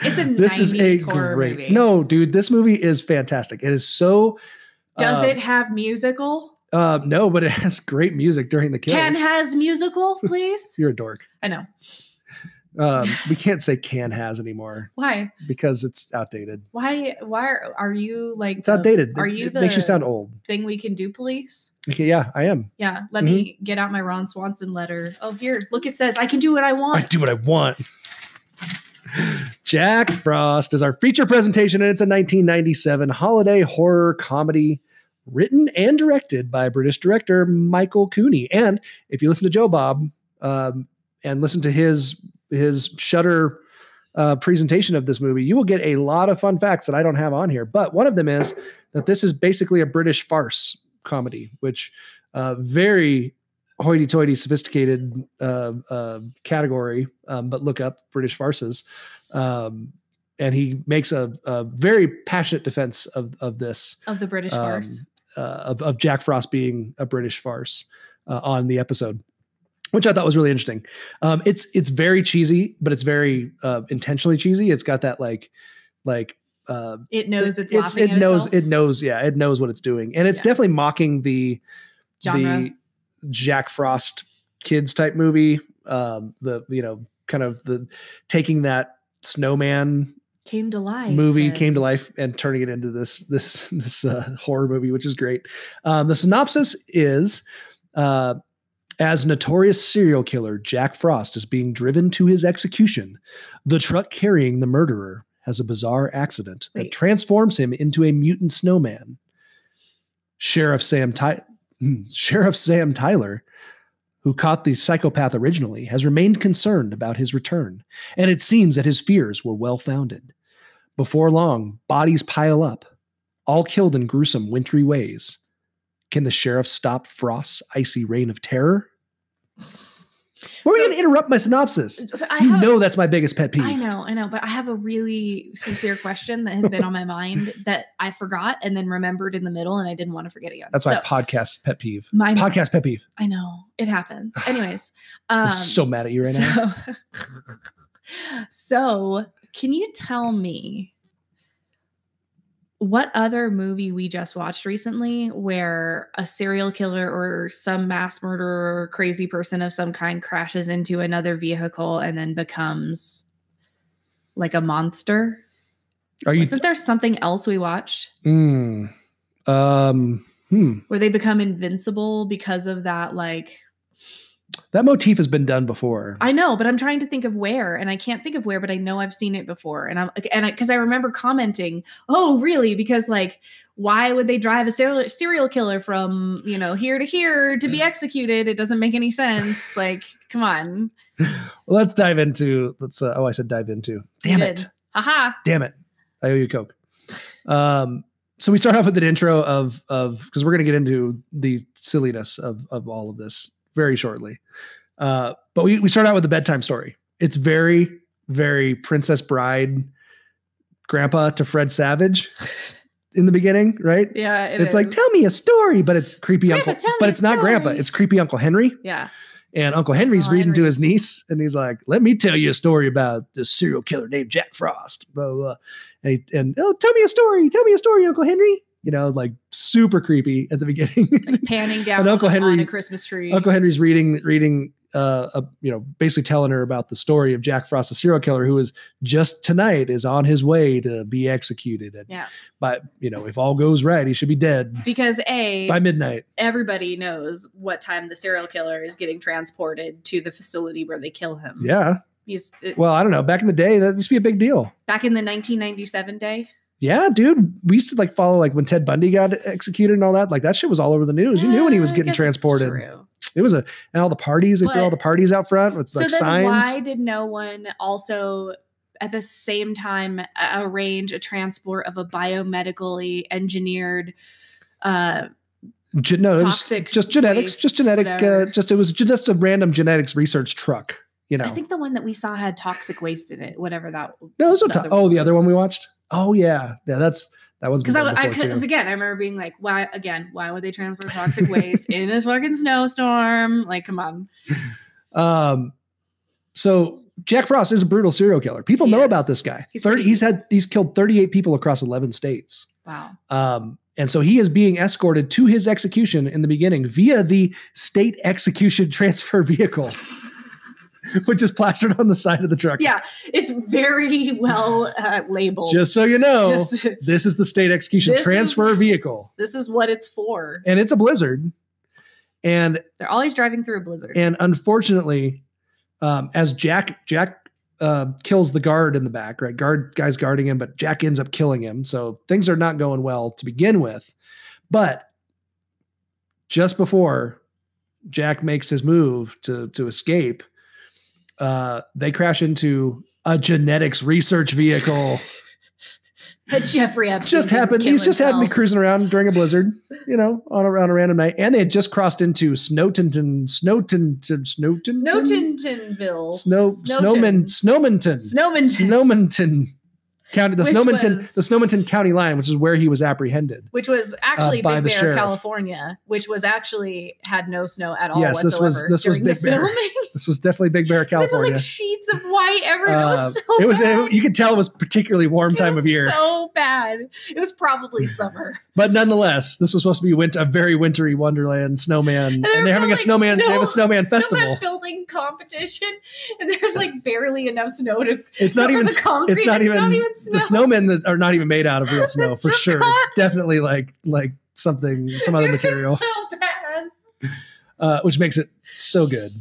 It's a
This is a
90s horror
great.
movie.
No, dude, this movie is fantastic. It is so.
Does
uh,
it have musical?
Uh, no, but it has great music during the kills.
Can has musical, please?
You're a dork.
I know.
Um, we can't say can has anymore
Why?
because it's outdated.
Why? Why are, are you like?
It's outdated.
Um, Are
It-
you
it
the
makes you sound old.
Thing we can do, police.
Okay, yeah, I am.
Yeah, let
Mhm.
me get out my Ron Swanson letter. Oh, here, look. It says I can do what I
I
want.
do what I want. Jack Frost is our feature presentation, and it's a 1997 holiday horror comedy written and directed by British director Michael Cooney. And if you listen to Joe Bob um, and listen to his his Shutter uh, presentation of this movie, you will get a lot of fun facts that I don't have on here. But one of them is that this is basically a British farce comedy, which uh, very hoity-toity, sophisticated uh, uh, category. Um, but look up British farces, um, and he makes a, a very passionate defense of of this
Of the British
um,
farce.
uh, of of Jack Frost being a British farce uh, on the episode. Which I thought was really interesting. Um, it's it's very cheesy, but it's very uh, intentionally cheesy. It's got that like like uh,
It knows it's laughing
it
at
knows
itself?
it knows yeah it knows what it's doing and it's definitely mocking the
Genre.
the Jack Frost kids type movie um the you know kind of the taking that snowman
Came to life.
movie
and-
came to life and turning it into this this this uh, horror movie, which is great. Um, the synopsis is. Uh, as notorious serial killer Jack Frost is being driven to his execution, the truck carrying the murderer has a bizarre accident that transforms him into a mutant snowman. Sheriff Sam Ty- Sheriff Sam Tyler, who caught the psychopath originally, has remained concerned about his return, and it seems that his fears were well founded. Before long, bodies pile up, all killed in gruesome wintry ways. Can the sheriff stop Frost's icy reign of terror? We're going to interrupt my synopsis.
I
you
have-
know that's my biggest pet peeve.
I know, I know, but I have a really sincere question that has been on my mind that I forgot and then remembered in the middle, and I didn't want to forget again.
That's
so,
my podcast pet peeve.
Mine-
podcast pet peeve.
I know it happens. Anyways,
I'm
um,
so mad at you right now.
so, so, can you tell me what other movie we just watched recently where a serial killer or some mass murderer or crazy person of some kind crashes into another vehicle and then becomes like a monster?
Are you?
Isn't there something else we watched
Mm, um, hmm.
where they become invincible because of that like
That motif has been done before.
I know, but I'm trying to think of where, and I can't think of where, but I know I've seen it before, and I'm and because I, remember commenting, "Oh, really?" Because like, why would they drive a serial serial killer from you know here to here to
Mm.
be executed? It doesn't make any sense. Like, come on,
Let's dive into. Let's. Uh, oh, I said dive into. Damn it.
haha.
Damn it. I owe you a Coke. Um, so we start off with an intro of of because we're gonna get into the silliness of of all of this very shortly. Uh, but we we start out with a bedtime story. It's very, very Princess Bride, grandpa to Fred Savage in the beginning, right?
Yeah,
it's like, tell me a story, but it's creepy
Grandpa,
uncle.
tell me a
But it's not grandpa,
story.
it's creepy Uncle Henry.
Yeah.
And Uncle Henry's reading to his niece, and he's like, "Let me tell you a story about this serial killer named Jack Frost." Blah blah. blah. And, he, and oh, tell me a story. Tell me a story, Uncle Henry. You know, like super creepy at the beginning.
panning down
And Uncle
on
Henry-
a Christmas tree.
Uncle Henry's reading reading uh, a, you know basically telling her about the story of Jack Frost, the serial killer who is just tonight is on his way to be executed. And
Yeah,
but you know, if all goes right, he should be dead
because a
by midnight.
everybody knows what time the serial killer is getting transported to the facility where they kill him.
Yeah.
He's it-
Well, I don't know. Back in the day, that used to be a big deal.
back in the 1997 day.
Yeah, dude. We used to like follow like when Ted Bundy got executed and all that. Like that shit was all over the news. You knew when he was
Mm, I
getting
guess it's
transported.
true.
It was a and all the parties. They threw all
But-
the parties out front with like
so then
signs.
why did no one also at the same time a- arrange a transport of a biomedically engineered uh
Ge- no, it was
Toxic
just genetics.
waste,
Just genetic. Uh,
whatever.
just it was just a random genetics research truck. You know.
i think the one that we saw had toxic waste in it whatever that
no, those are
the
to-
other
oh the other one we watched. Oh yeah, yeah. That's that one's been
because
done
I,
before,
because
too.
again, I remember being like, "Why again? Why would they transfer toxic waste in a fucking snowstorm? Like, come on."
Um, so Jack Frost is a brutal serial killer. People know about this guy.
He's
30,
pretty-
he's had he's killed 38 people across 11 states.
Wow.
Um, and so he is being escorted to his execution in the beginning via the state execution transfer vehicle, which is plastered on the side of the truck.
Yeah, it's very well uh, labeled.
Just so you know,
Just-
this is the state execution
This
transfer
is-
vehicle,
this is what it's for.
and it's a blizzard. And
They're always driving through a blizzard.
And unfortunately, um, as Jack Jack uh, kills the guard in the back, right? Guard guy's guarding him, but Jack ends up killing him. So things are not going well to begin with. But just before Jack makes his move to to escape, uh, they crash into a genetics research vehicle.
Had Jeffrey Epstein
just happened.
kill
He's just happened to be
himself.
cruising around during a blizzard, you know, on around a random night. And they had just crossed into Snowtonton, Snowton, Snowton,
Snowtontonville.
Snow, Snowman, Snowmanton,
Snowmanton.
Snowmanton County, the
Which
Snowmanton,
was-
the Snowmanton County line, which is where he was apprehended.
Which was actually
uh, by
Big
the
Bear,
sheriff.
California, which was actually had no snow at all
Yes, this
whatsoever.
was this was
during the
Big Bear.
filming.
This was definitely Big
They
Bear,
put
California.
like sheets of white everywhere. it was
Uh,
so
it was
bad.
you could tell it was particularly warm time of year,
So bad. It was probably summer.
but nonetheless, this was supposed to be winter, a very wintry Wonderland snowman, and,
they were
they're having
building
a snowman. they have a snowman festival.
building competition, and there's like barely enough snow to.
It's not
cover
even.
the concrete.
It's not even.
snow.
the snowmen that are not even made out of real snow
It's
for
just
sure.
cotton.
It's definitely like like something some other material,
So bad.
uh, which makes it so good.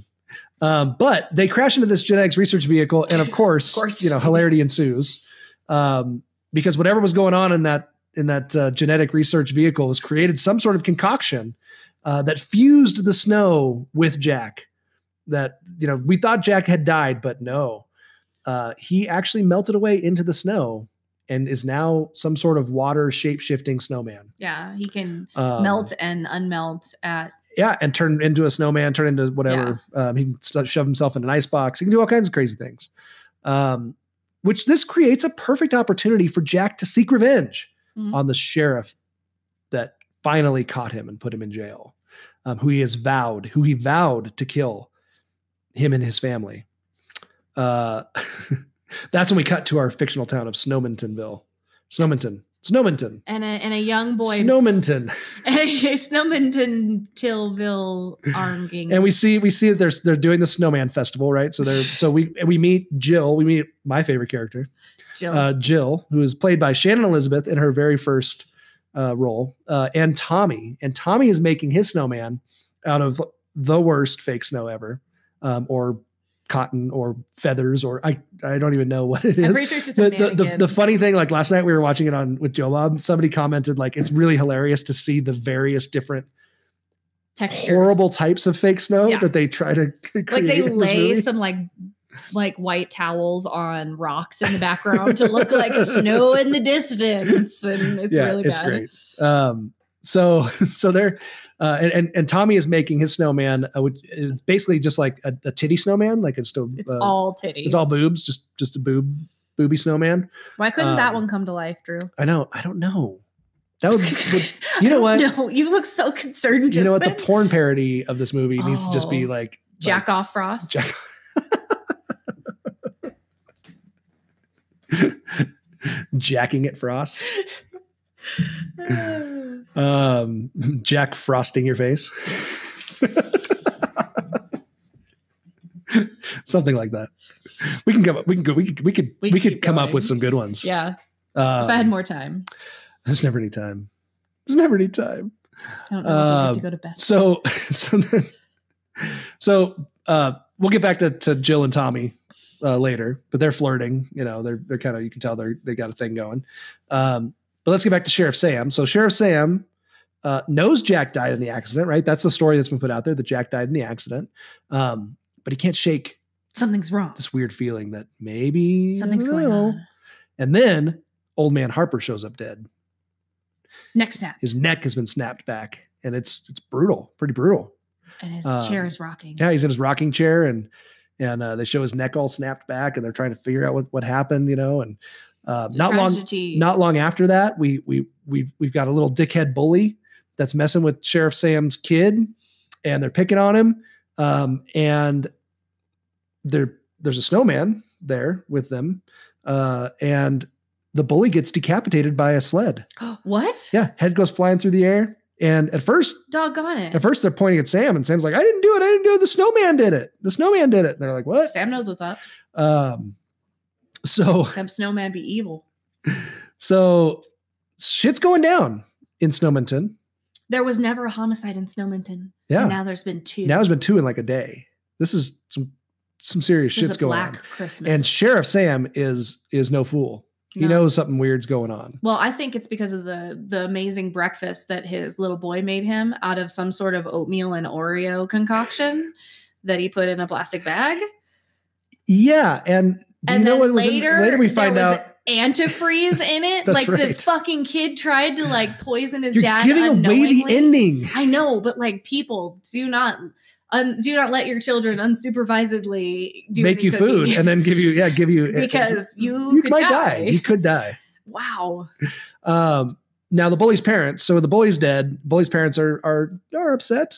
Um, but they crash into this genetics research vehicle, and of course,
course.
you know, hilarity ensues um, because whatever was going on in that in that uh, genetic research vehicle was created some sort of concoction uh, that fused the snow with Jack. That you know, we thought Jack had died, but no, uh, he actually melted away into the snow and is now some sort of water shape shifting snowman.
Yeah, he can
Um,
melt and unmelt at
yeah, and turn into a snowman, turn into whatever. Um, he can st- shove himself in an ice box. He can do all kinds of crazy things. Um, which this creates a perfect opportunity for Jack to seek revenge
Mhm.
on the sheriff that finally caught him and put him in jail, um, who he has vowed, who he vowed to kill him and his family. Uh, that's when we cut to our fictional town of Snowmintonville. Snowminton. Snowminton.
and a and a young boy
Snowminton.
Snowminton Tillville Armgang.
And we see we see that they're they're doing the snowman festival, right? So they're so we and we meet Jill. We meet my favorite character,
Jill.
Uh, Jill, who is played by Shannon Elizabeth in her very first uh, role, uh, and Tommy. And Tommy is making his snowman out of the worst fake snow ever, um, or cotton, or feathers, or I I don't even know what it is.
I'm pretty sure it's just a
the, the, the,
mannequin.
the funny thing, like last night we were watching it on with Joe Bob. Somebody commented like it's really hilarious to see the various different
texture.
horrible types of fake snow that they try to create.
Like they
in this
lay
movie.
some like like white towels on rocks in the background to look like snow in the distance, and it's really bad.
It's great. Um, so so there, uh, and, and and Tommy is making his snowman, uh, which is basically just like a, a titty snowman, like it's still uh,
It's all titties.
it's all boobs, just just a boob booby snowman.
Why couldn't that
Um,
one come to life, Drew?
I know, I don't know. That would, would you know what
No, you look so concerned.
you know what
just
the
then.
porn parody of this movie needs to just be
Oh.
like
Jack off Frost.
Jack- jacking it frost, um, Jack frosting your face, something like that. We can come up. We can go. We could. We could.
We can
We, could
keep
come up
going.
with some good ones.
yeah.
Um,
if I had more time,
There's never any time. There's never any time.
I don't know if I get to
Um,
go to bed.
So so then, so uh, we'll get back to, to Jill and Tommy uh, later, but they're flirting. You know, they're they're kind of you can tell they're they got a thing going. Um, but let's get back to Sheriff Sam. So Sheriff Sam uh, knows Jack died in the accident, right? That's the story that's been put out there that Jack died in the accident, um, but he can't shake
Something's wrong.
this weird feeling that maybe I
Something's
don't
going
know.
on.
And then old man Harper shows up dead
Next snap,
his neck has been snapped back and it's it's brutal pretty brutal
and his
Um,
chair is rocking.
yeah he's in his rocking chair and and uh, they show his neck all snapped back and they're trying to figure out what, what happened you know and uh,
It's a
not long
tragedy.
not long after that we we we we've got a little dickhead bully that's messing with sheriff sam's kid and they're picking on him um, and there there's a snowman there with them uh, and the bully gets decapitated by a sled
what?
yeah head goes flying through the air and at first
Doggone it.
at first, they're pointing at Sam, and Sam's like, "I didn't do it. I didn't do it. The snowman did it. The snowman did it." And they're like, "What?"
Sam knows what's up.
Um, so
Them snowman be evil.
so shit's going down in Snowminton.
There was never a homicide in Snowminton.
Yeah.
And now there's been two.
Now there's been two in like a day. This is some some serious
This is
shit's
a
going
black
on.
Christmas.
And Sheriff Sam is is no fool. He
No.
knows something weird's going on.
well, I think it's because of the the amazing breakfast that his little boy made him out of some sort of oatmeal and Oreo concoction that he put in a plastic bag.
Yeah, and do
and
you know
then
what was in-
later,
later we find
there was
out
antifreeze in it.
That's
like the
right.
fucking kid tried to like poison his
you're
dad.
giving away the
unknowingly.
ending.
I know, but like people do not un, do not let your children unsupervisedly do
Make
any
you food
cooking
and then give you yeah give you
because you,
you
could die.
might die. You could die.
Wow.
Um, now the bully's parents, so the bully's dead. Bully's parents are are are upset,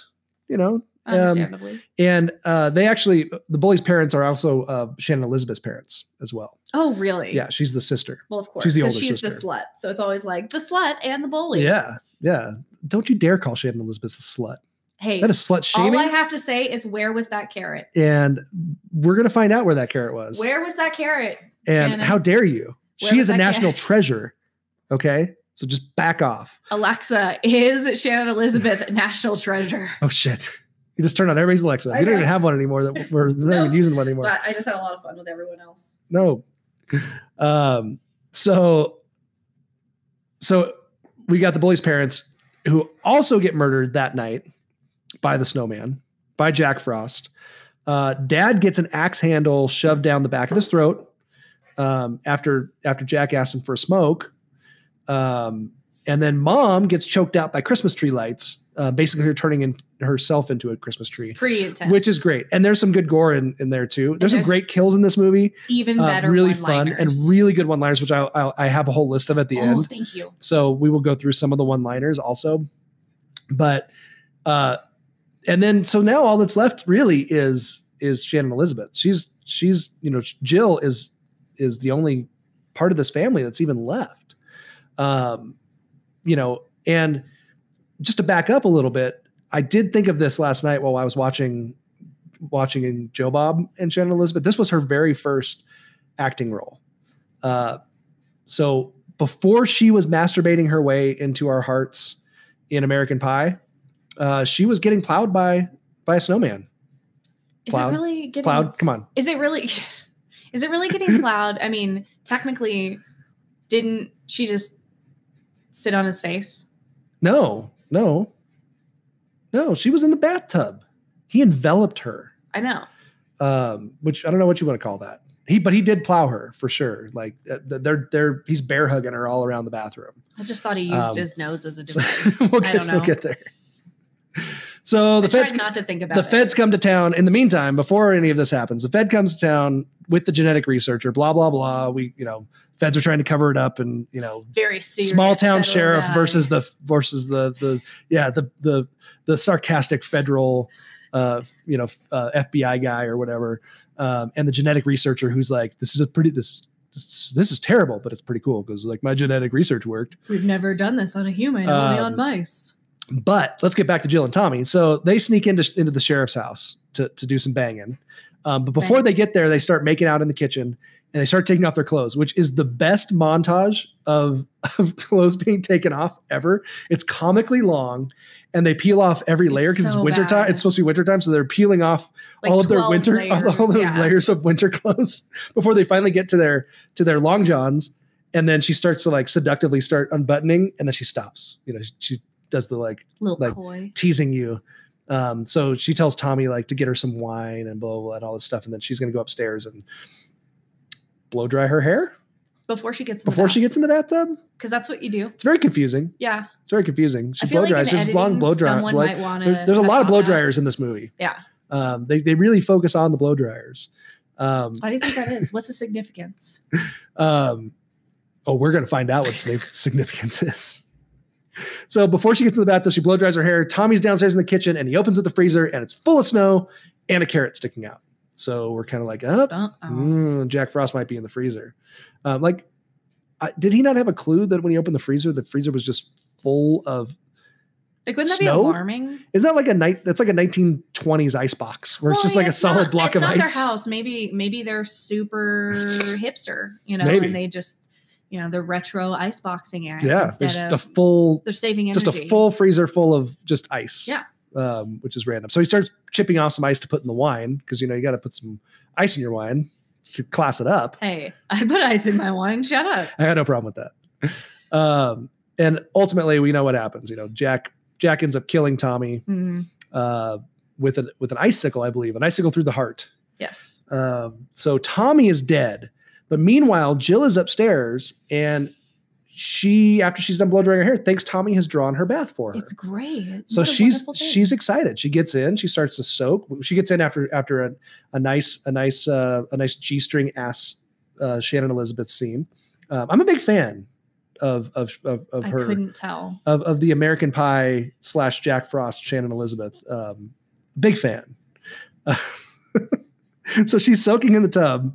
you know. um,
Understandably.
and uh, they actually, the bully's parents are also uh, Shannon Elizabeth's parents as well.
oh, really?
Yeah, she's the sister.
Well, of course.
She's the
'cause
older
she's the
sister.
slut. So it's always like the slut and the bully.
Yeah, yeah. Don't you dare call Shannon Elizabeth a slut.
Hey,
That is slut shaming.
all I have to say is where was that carrot?
and we're gonna find out where that carrot was.
Where was that carrot?
and
Shannon?
how dare you?
Where
she
was
is a
that
national
carrot?
treasure. Okay, so just back off.
Alexa is Shannon Elizabeth a national treasure.
Oh shit! You just turned on everybody's Alexa.
I
We don't
know.
even have one anymore. That we're we're not
No,
even using one anymore.
But I just had a lot of fun with everyone else.
no um so so we got the bully's parents who also get murdered that night by the snowman by jack frost uh dad gets an axe handle shoved down the back of his throat um after after jack asks him for a smoke um and then mom gets choked out by christmas tree lights uh basically her turning in herself into a Christmas tree.
Pretty intense.
Which is great. And there's some good gore in, in there too. There's, some
there's
great kills in this movie.
Even
Uh,
better
really fun
one-liners.
and really good one-liners, which I, I I have a whole list of at the
Oh,
end.
thank you.
So we will go through some of the one-liners also. But uh and then so now all that's left really is is Shannon Elizabeth. She's she's you know Jill is is the only part of this family that's even left. Um you know, and just to back up a little bit, I did think of this last night while I was watching watching in Joe Bob and Shannon Elizabeth. This was her very first acting role. Uh, so before she was masturbating her way into our hearts in American Pie, uh, she was getting plowed by by a snowman.
Is
Plowed.
it really getting
plowed. Come on.
Is it really? Is it really getting plowed? I mean, technically, didn't she just sit on his face?
No, no, no. She was in the bathtub. He enveloped her.
I know.
um, which I don't know what you want to call that. He, but he did plow her for sure. Like uh, they're they're he's bear hugging her all around the bathroom.
I just thought he used
Um,
his nose as a
so-
device. I
we'll, get,
don't know.
we'll get there. So the
I tried
feds
not to think about
the
it.
feds come to town. In the meantime, before any of this happens, the Fed comes to town with the genetic researcher. Blah blah blah. We you know feds are trying to cover it up, and you know
Very serious.
small town
federal
sheriff
guy.
versus the versus the the yeah the the the sarcastic federal uh you know uh, FBI guy or whatever um and the genetic researcher who's like this is a pretty this this, this is terrible but it's pretty cool because like my genetic research worked
We've never done this on a human, only
Um,
on mice.
but let's get back to Jill and Tommy. So they sneak into into the sheriff's house to to do some banging. Um, but before
Bang.
they get there, they start making out in the kitchen and they start taking off their clothes, which is the best montage of of clothes being taken off ever. It's comically long, and they peel off every layer because it's,
so
winter time.
bad.
It's supposed to be winter time, so they're peeling off
Like
all of their
12
winter all, all
layers,
their
yeah.
layers of winter clothes before they finally get to their to their long johns. And then she starts to like seductively start unbuttoning, and then she stops. You know, she, she does the like
Little
like,
coy.
teasing you. Um, so she tells Tommy like to get her some wine and blah, blah blah and all this stuff, and then she's gonna go upstairs and blow dry her hair
Before she gets in
before she gets in the bathtub.
because that's what you do.
It's very confusing.
Yeah,
It's very confusing. She
I feel
blow
like
dries.
in
There's long
editing,
blow dry.
someone
blow-
might wanna
there- there's a
cut
lot of
out
blow
that.
dryers in this movie.
yeah.
Um, they they really focus on the blow dryers. Um,
Why do you think that is? What's the significance?
um, oh, we're going to find out what sig- significance is. So before she gets in the bathtub, she blow dries her hair. Tommy's downstairs in the kitchen, and he opens up the freezer, and it's full of snow and a carrot sticking out. So we're kind of like, oh,
Don't- oh.
mm, Jack Frost might be in the freezer. Um, like, I, did he not have a clue that when he opened the freezer, the freezer was just full of?
Like, wouldn't that
Snow?
be alarming?
Is that like a night? That's like a 1920s ice box where it's
Well,
just
I
like
mean,
a
it's
solid
not-
block
it's
of
not
ice.
Their house, maybe, maybe they're super hipster, you know,
Maybe.
and they just, you know, the retro iceboxing act.
Yeah,
instead
there's
of
the full
they're saving energy.
just a full freezer full of just ice.
Yeah.
Um, which is random. So he starts chipping off some ice to put in the wine because you know you got to put some ice in your wine to class it up.
Hey, I put ice in my wine. Shut up.
I had no problem with that. Um, and ultimately, we know what happens. You know, Jack Jack ends up killing Tommy
Mhm.
uh, with an with an icicle, I believe, an icicle through the heart.
Yes.
Um, so Tommy is dead, but meanwhile, Jill is upstairs and she, after she's done blow drying her hair, thinks Tommy has drawn her bath for her.
It's great.
so
What a
she's
wonderful thing.
she's excited. She gets in. She starts to soak. She gets in after after a, a nice a nice uh, a nice g string ass uh, Shannon Elizabeth scene. Um, I'm a big fan of of of, of
I
her
couldn't tell.
of of the American Pie slash Jack Frost Shannon Elizabeth. Um, big fan. Uh, so she's soaking in the tub,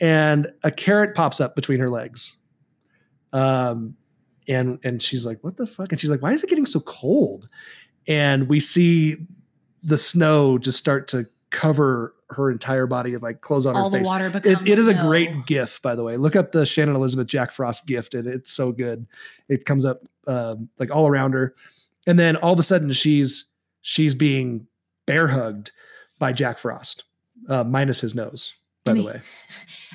and a carrot pops up between her legs. Um, and and she's like, "What the fuck?" And she's like, "Why is it getting so cold?" And we see the snow just start to cover her entire body and like close on
All
her
the
face.
water becomes
It, it is a
snow.
great gif, by the way. Look up the Shannon Elizabeth Jack Frost gift, and it's so good. It comes up um, like all around her, and then all of a sudden she's she's being bear hugged by Jack Frost, uh, minus his nose, by
And
the
he-
way.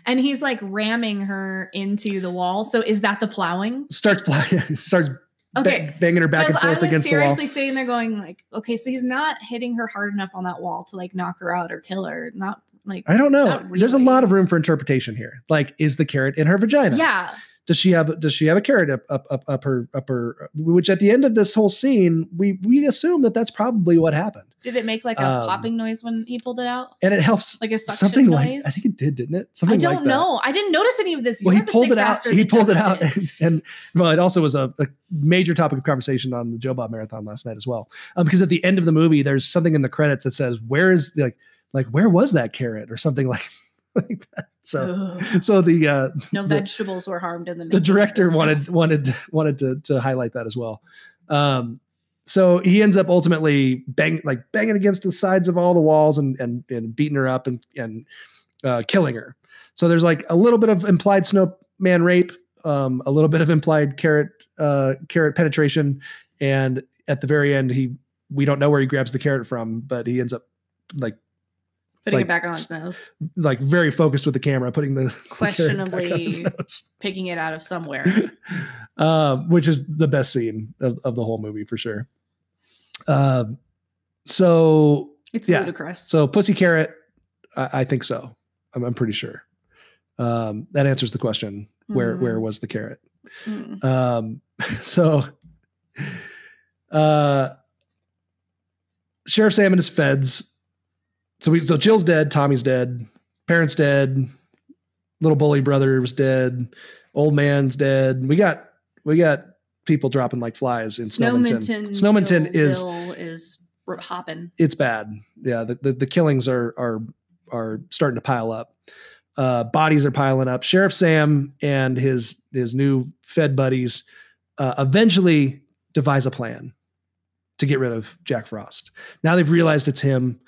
and he's like ramming her into the wall. So is that the plowing?
Starts pl- starts ba-
Okay.
banging her back and
Because I
forth
was
against the wall.
seriously sitting there going like, okay, so he's not hitting her hard enough on that wall to like knock her out or kill her. Not like
I don't know.
Not
There's a
really.
lot of room for interpretation here. Like, is the carrot in her vagina?
yeah.
Does she have Does she have a carrot up up up, up her up her? Which at the end of this whole scene, we we assume that that's probably what happened.
Did it make like a
Um,
popping noise when he pulled it out?
And it helps
Like a suction
something
noise?
like I think it did, didn't it?
I
Something
don't
like that.
know. I didn't notice any of this.
Well,
You're
he
the
pulled
sick
it out.
bastard
He
that
pulled it
noticed
out, and, well, it also was a, a major topic of conversation on the Joe Bob Marathon last night as well. Um, because at the end of the movie, there's something in the credits that says, "Where is like, like where was that carrot?" or something like, like that. So, so the uh,
No
the-
vegetables were harmed in the.
the
making of
director
this film.
wanted wanted wanted to to highlight that as well. Um, so he ends up ultimately bang like banging against the sides of all the walls and and and beating her up and and uh, killing her. So there's like a little bit of implied snowman rape, um, a little bit of implied carrot uh, carrot penetration, and at the very end he we don't know where he grabs the carrot from, but he ends up like
putting
like,
it back on
s-
its nose,
like very focused with the camera, putting the the carrot back on his
questionably
nose.
picking it out of somewhere.
um, which is the best scene of, of the whole movie for sure. Um, so
It's ludicrous.
So Pussy Carrot, I, I think so. I'm, I'm pretty sure. Um, that answers the question. Where
Mhm.
where was the carrot?
Mm.
Um, so uh, Sheriff Sam and his feds. So we so Jill's dead, Tommy's dead, parents dead, little bully brother was dead, old man's dead. We got we got people dropping like flies in Snowminton.
Snowminton.
Snowminton
Bill-
is
Bill is r- hopping.
it's bad. Yeah, the, the, the killings are are are starting to pile up. Uh, bodies are piling up. Sheriff Sam and his his new Fed buddies uh, eventually devise a plan to get rid of Jack Frost. Now they've realized it's him.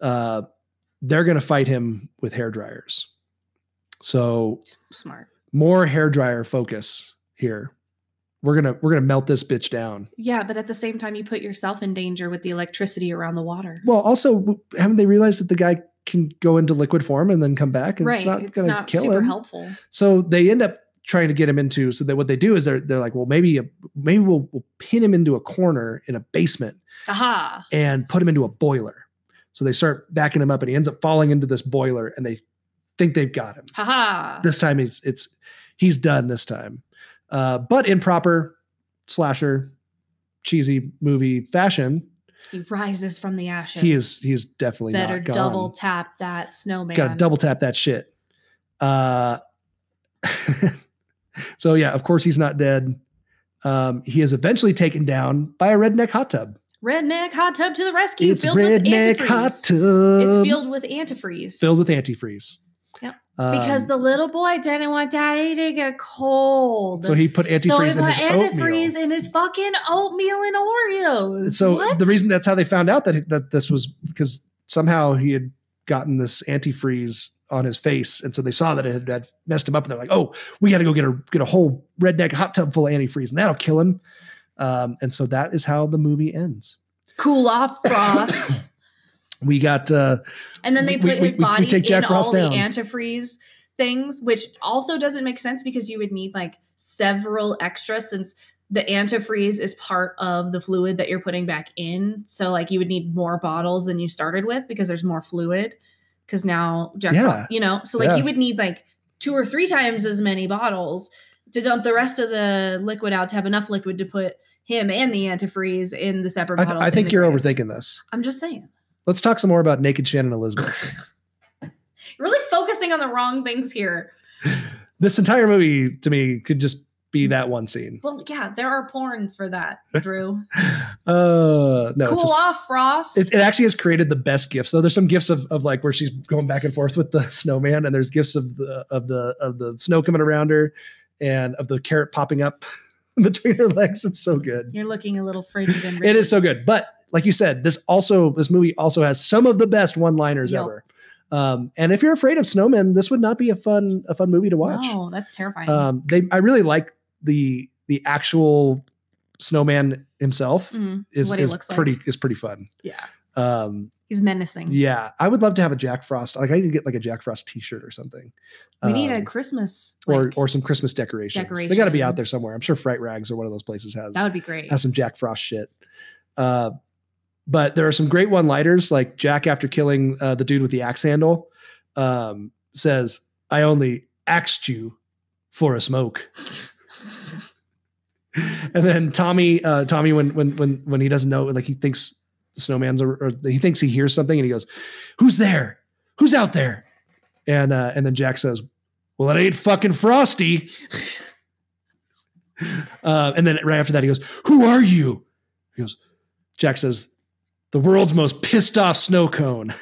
Uh, they're going to fight him with hair dryers. So
Smart.
more hair dryer focus here. We're gonna we're gonna melt this bitch down.
Yeah, but at the same time, you put yourself in danger with the electricity around the water.
Well, also, w- haven't they realized that the guy can go into liquid form and then come back, and
right.
it's not going to kill
super
him?
helpful.
So they end up trying to get him into. So that what they do is they're they're like, well, maybe a, maybe we'll, we'll pin him into a corner in a basement
Aha.
and put him into a boiler. So they start backing him up, and he ends up falling into this boiler, and they think they've got him.
Haha.
This time, it's it's he's done this time, uh, but in proper slasher, cheesy movie fashion,
He rises from the ashes.
he is he is definitely
Better
not gone.
double tap that snowman.
Got to double tap that shit. Uh, so yeah, of course he's not dead. Um, he is eventually taken down by a redneck hot tub.
Redneck hot tub to the rescue.
it's
filled
redneck
with antifreeze.
hot tub.
It's filled with antifreeze.
filled with antifreeze.
Yep.
Um,
because the little boy didn't want daddy to get cold.
so he put
So he
antifreeze in
put
his
antifreeze
antifreeze
in his fucking oatmeal and Oreos.
So
What?
the reason that's how they found out that that this was because somehow he had gotten this antifreeze on his face, and so they saw that it had, had messed him up, and they're like, "Oh, we got to go get a get a whole redneck hot tub full of antifreeze, and that'll kill him." Um, and so that is how the movie ends.
cool off frost.
We got uh,
And then they
We-
put
we- we-
his
we
body
take Jack
in
Frost
all
down.
the antifreeze things, which also doesn't make sense because you would need like several extras since the antifreeze is part of the fluid that you're putting back in. So like you would need more bottles than you started with because there's more fluid. Because now Jack,
Yeah.
Frost, you know, so like
Yeah.
you would need like two or three times as many bottles to dump the rest of the liquid out to have enough liquid to put him and the antifreeze in the separate
I,
bottles.
th- I
in
think
the
you're
crates.
overthinking this.
I'm just saying.
Let's talk some more about naked Shannon Elizabeth.
You're really focusing on the wrong things here.
this entire movie to me could just
Mm-hmm.
be that one scene.
Well, yeah, there are porns for that, Drew.
Uh, no,
cool
it's just,
off, Frost.
It, it actually has created the best gifts. So there's some gifts of, of like where she's going back and forth with the snowman, and there's gifts of the of the of the snow coming around her, and of the carrot popping up between her legs. It's so good.
You're looking a little frigid and
It is so good. But like you said, this also this movie also has some of the best one liners
Yep.
ever. Um, and if you're afraid of snowmen, this would not be a fun a fun movie to watch.
Oh,
No, that's terrifying.
Um, they I really like the the actual snowman himself
Mm-hmm.
Mm,
is,
what he
is
looks like.
pretty is pretty fun.
yeah,
Um,
he's menacing.
yeah, I would love to have a Jack Frost. Like I need to get like a Jack Frost T-shirt or something.
we need a
Um,
Christmas.
or
like,
or some Christmas decorations. They got to be
decoration.
out there somewhere. I'm sure Fright Rags or one of those places has
that would be great.
has some Jack Frost shit. Uh, but there are some great one-liners, like Jack after killing uh, the dude with the axe handle, um, says, "I only axed you for a smoke. and then Tommy, uh, Tommy, when when when when he doesn't know, like he thinks the snowman's a, or he thinks he hears something, and he goes, "Who's there? Who's out there?" And uh, and then Jack says, "Well, it ain't fucking Frosty." uh, and then right after that, he goes, "Who are you?" He goes, Jack says, "The world's most pissed off snow cone."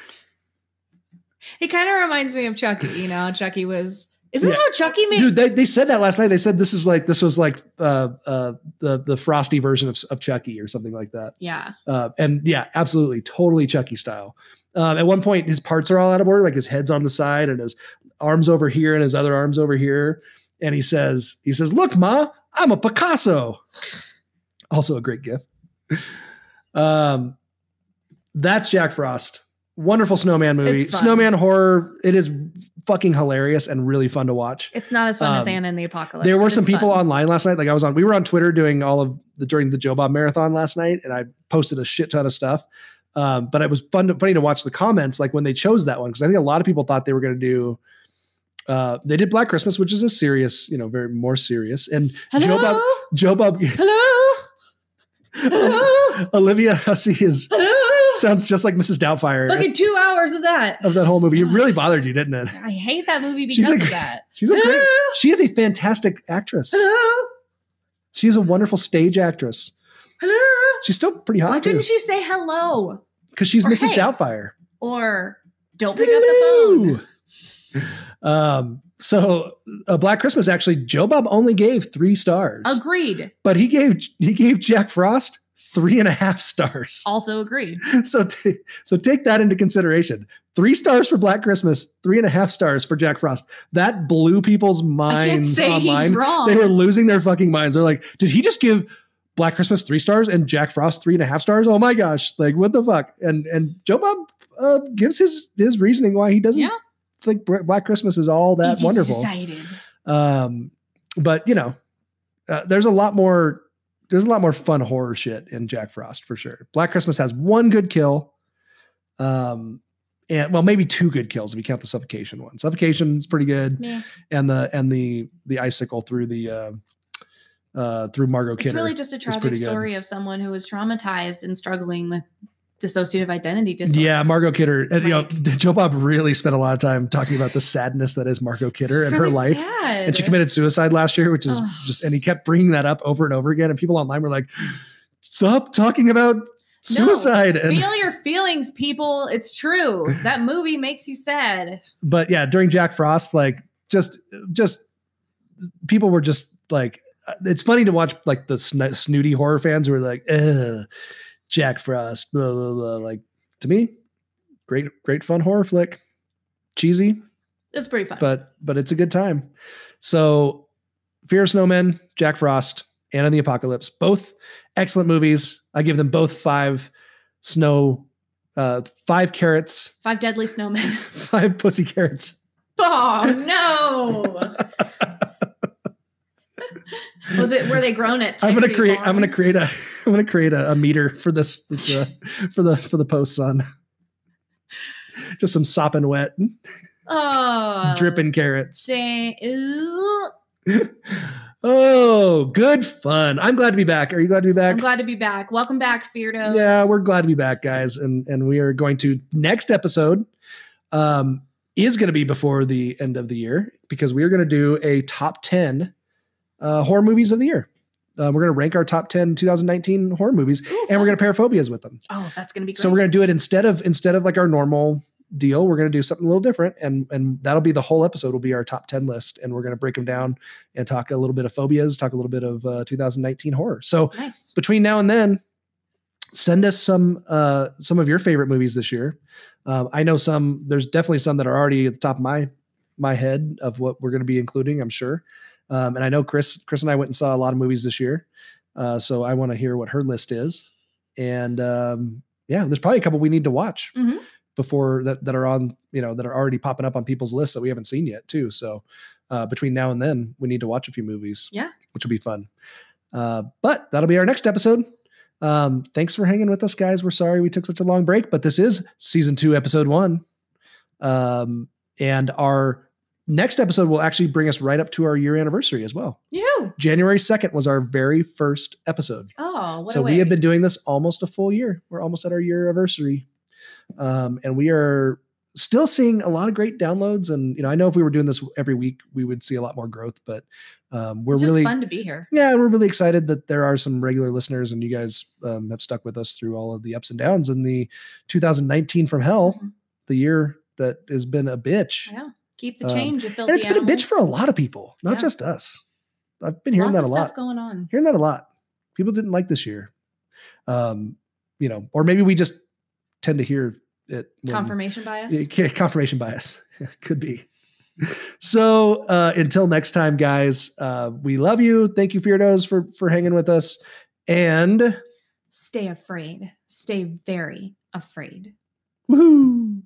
He kind of reminds me of Chucky. You know, Chucky was. Isn't that how Chucky made?
Dude, they, they said that last night. They said this is like this was like uh, uh, the the frosty version of of Chucky or something like that.
yeah.
Uh, and yeah, absolutely, totally Chucky style. Um, at one point, his parts are all out of order, like his head's on the side and his arms over here and his other arms over here. And he says, he says, "Look, Ma, I'm a Picasso." Also a great gift. Um, that's Jack Frost. Wonderful snowman movie,
It's fun.
snowman horror. It is fucking hilarious and really fun to watch.
It's not as fun as
Um,
Anna in the Apocalypse.
There
but
were
it's
some people
fun.
online last night. Like I was on, we were on Twitter doing all of the during the Joe Bob marathon last night, and I posted a shit ton of stuff. Um, but it was fun to, funny to watch the comments, like when they chose that one, because I think a lot of people thought they were going to do. Uh, they did Black Christmas, which is a serious, you know, very more serious. And Joe Bob,
Hello?
Joe Bob,
Hello. Hello.
Olivia Hussey is
Hello.
sounds just like Mrs. Doubtfire
Look at two hours of that.
of that whole movie. It really bothered you, didn't it?
I hate that movie
She's
because
a
of that.
she's a great,
Hello?
she is a fantastic actress.
Hello.
She is a wonderful stage actress.
Hello.
She's still pretty
Why
hot too,
couldn't she say hello?
because she's
or
Mrs.
hey.
Doubtfire.
Or don't pick up the phone.
Um, so uh, Black Christmas actually, Joe Bob only gave three stars,
Agreed.
but he gave he gave Jack Frost three and a half stars.
Also agreed.
So t- so take that into consideration. Three stars for Black Christmas, three and a half stars for Jack Frost. That blew people's minds
say he's
online.
wrong.
They were losing their fucking minds. They're like, did he just give Black Christmas three stars and Jack Frost three and a half stars? Oh my gosh! Like what the fuck? And and Joe Bob uh, gives his his reasoning why he doesn't
Yeah.
think Br- Black Christmas is all that
It is
wonderful.
Decided.
Um, but you know, uh, there's a lot more. There's a lot more fun horror shit in Jack Frost for sure. Black Christmas has one good kill, um, and well, maybe two good kills if you count the suffocation one. Suffocation's pretty good,
Meh.
and the and the the icicle through the uh, uh, through Margot Kidder.
It's really just a
is
tragic
pretty good.
story of someone who was traumatized and struggling with dissociative identity disorder.
Yeah, Margot Kidder. And, you know,
Like-
Joe Bob really spent a lot of time talking about the sadness that is Margot Kidder and her
really
life.
sad.
And she committed suicide last year, which is
Ugh.
just, and he kept bringing that up over and over again. And people online were like, stop talking about suicide. and,
Feel your feelings, people. It's true. That movie makes you sad.
but yeah, during Jack Frost, like just, just people were just like, uh, it's funny to watch like the sn- snooty horror fans who are like, Ugh, Jack Frost, blah, blah, blah. Like to me, great, great fun horror flick. Cheesy,
It's pretty fun.
but but it's a good time. So, Fear of Snowmen, Jack Frost, Anna and the Apocalypse, both excellent movies. I give them both five snow, uh, five carrots,
Five Deadly Snowmen.
five pussy carrots.
oh no! Was it? Were they grown at?
I'm gonna
Tiverton
create. I'm gonna
Farms?
create a. I'm gonna create a, a meter for this, this uh, for the for the posts on. Just some sopping wet,
Uh,
Oh,
dripping carrots.
Dang. Ew.
Oh, good fun! I'm glad to be back. Are you glad to be back?
I'm glad to be back. Welcome back, Feardo.
Yeah, we're glad to be back, guys, and and we are going to next episode um, is going to be before the end of the year because we are going to do a top ten uh, horror movies of the year. Uh, we're going to rank our top 10 2019 horror movies, and we're going to pair phobias with them.
Oh, that's gonna be great.
So we're going to do it instead of instead of like our normal deal. We're going to do something a little different, and and that'll be the whole episode. Will be our top ten list, and we're going to break them down and talk a little bit of phobias, talk a little bit of uh, 2019 horror. So
nice.
between now and then, send us some uh, some of your favorite movies this year. Um, I know some. There's definitely some that are already at the top of my my head of what we're going to be including. I'm sure, um, and I know Chris Chris and I went and saw a lot of movies this year, uh, so I want to hear what her list is. And um, yeah, there's probably a couple we need to watch
Mhm.
before that that are on you know that are already popping up on people's lists that we haven't seen yet too. So uh, between now and then, we need to watch a few movies.
Yeah.
which will be fun. Uh, but that'll be our next episode. Um, thanks for hanging with us, guys. We're sorry we took such a long break, but this is season two, episode one. Um, and our next episode will actually bring us right up to our year anniversary as well.
Yeah.
January 2nd was our very first episode.
Oh, what
so we have been doing this almost a full year. We're almost at our year anniversary. Um, and we are still seeing a lot of great downloads. And, you know, I know if we were doing this every week, we would see a lot more growth, but um, we're
it's just
really
fun to be here.
yeah, we're really excited that there are some regular listeners and you guys um, have stuck with us through all of the ups and downs in the 2019 from hell,
Mm-hmm.
the year that has been a bitch.
Yeah. Keep the
Um,
change. you filthy
And it's been a bitch
animals.
for a lot of people, not
Yeah.
just us. I've been hearing
Lots
that a
of
lot.
Stuff going on.
Hearing that a lot. People didn't like this year. Um, you know, or maybe we just tend to hear it when-
Confirmation bias.
Yeah, ca- confirmation bias. Could be. So uh until next time, guys, uh we love you. Thank you, Feardos, for for hanging with us. And
Stay afraid. Stay very afraid.
woohoo.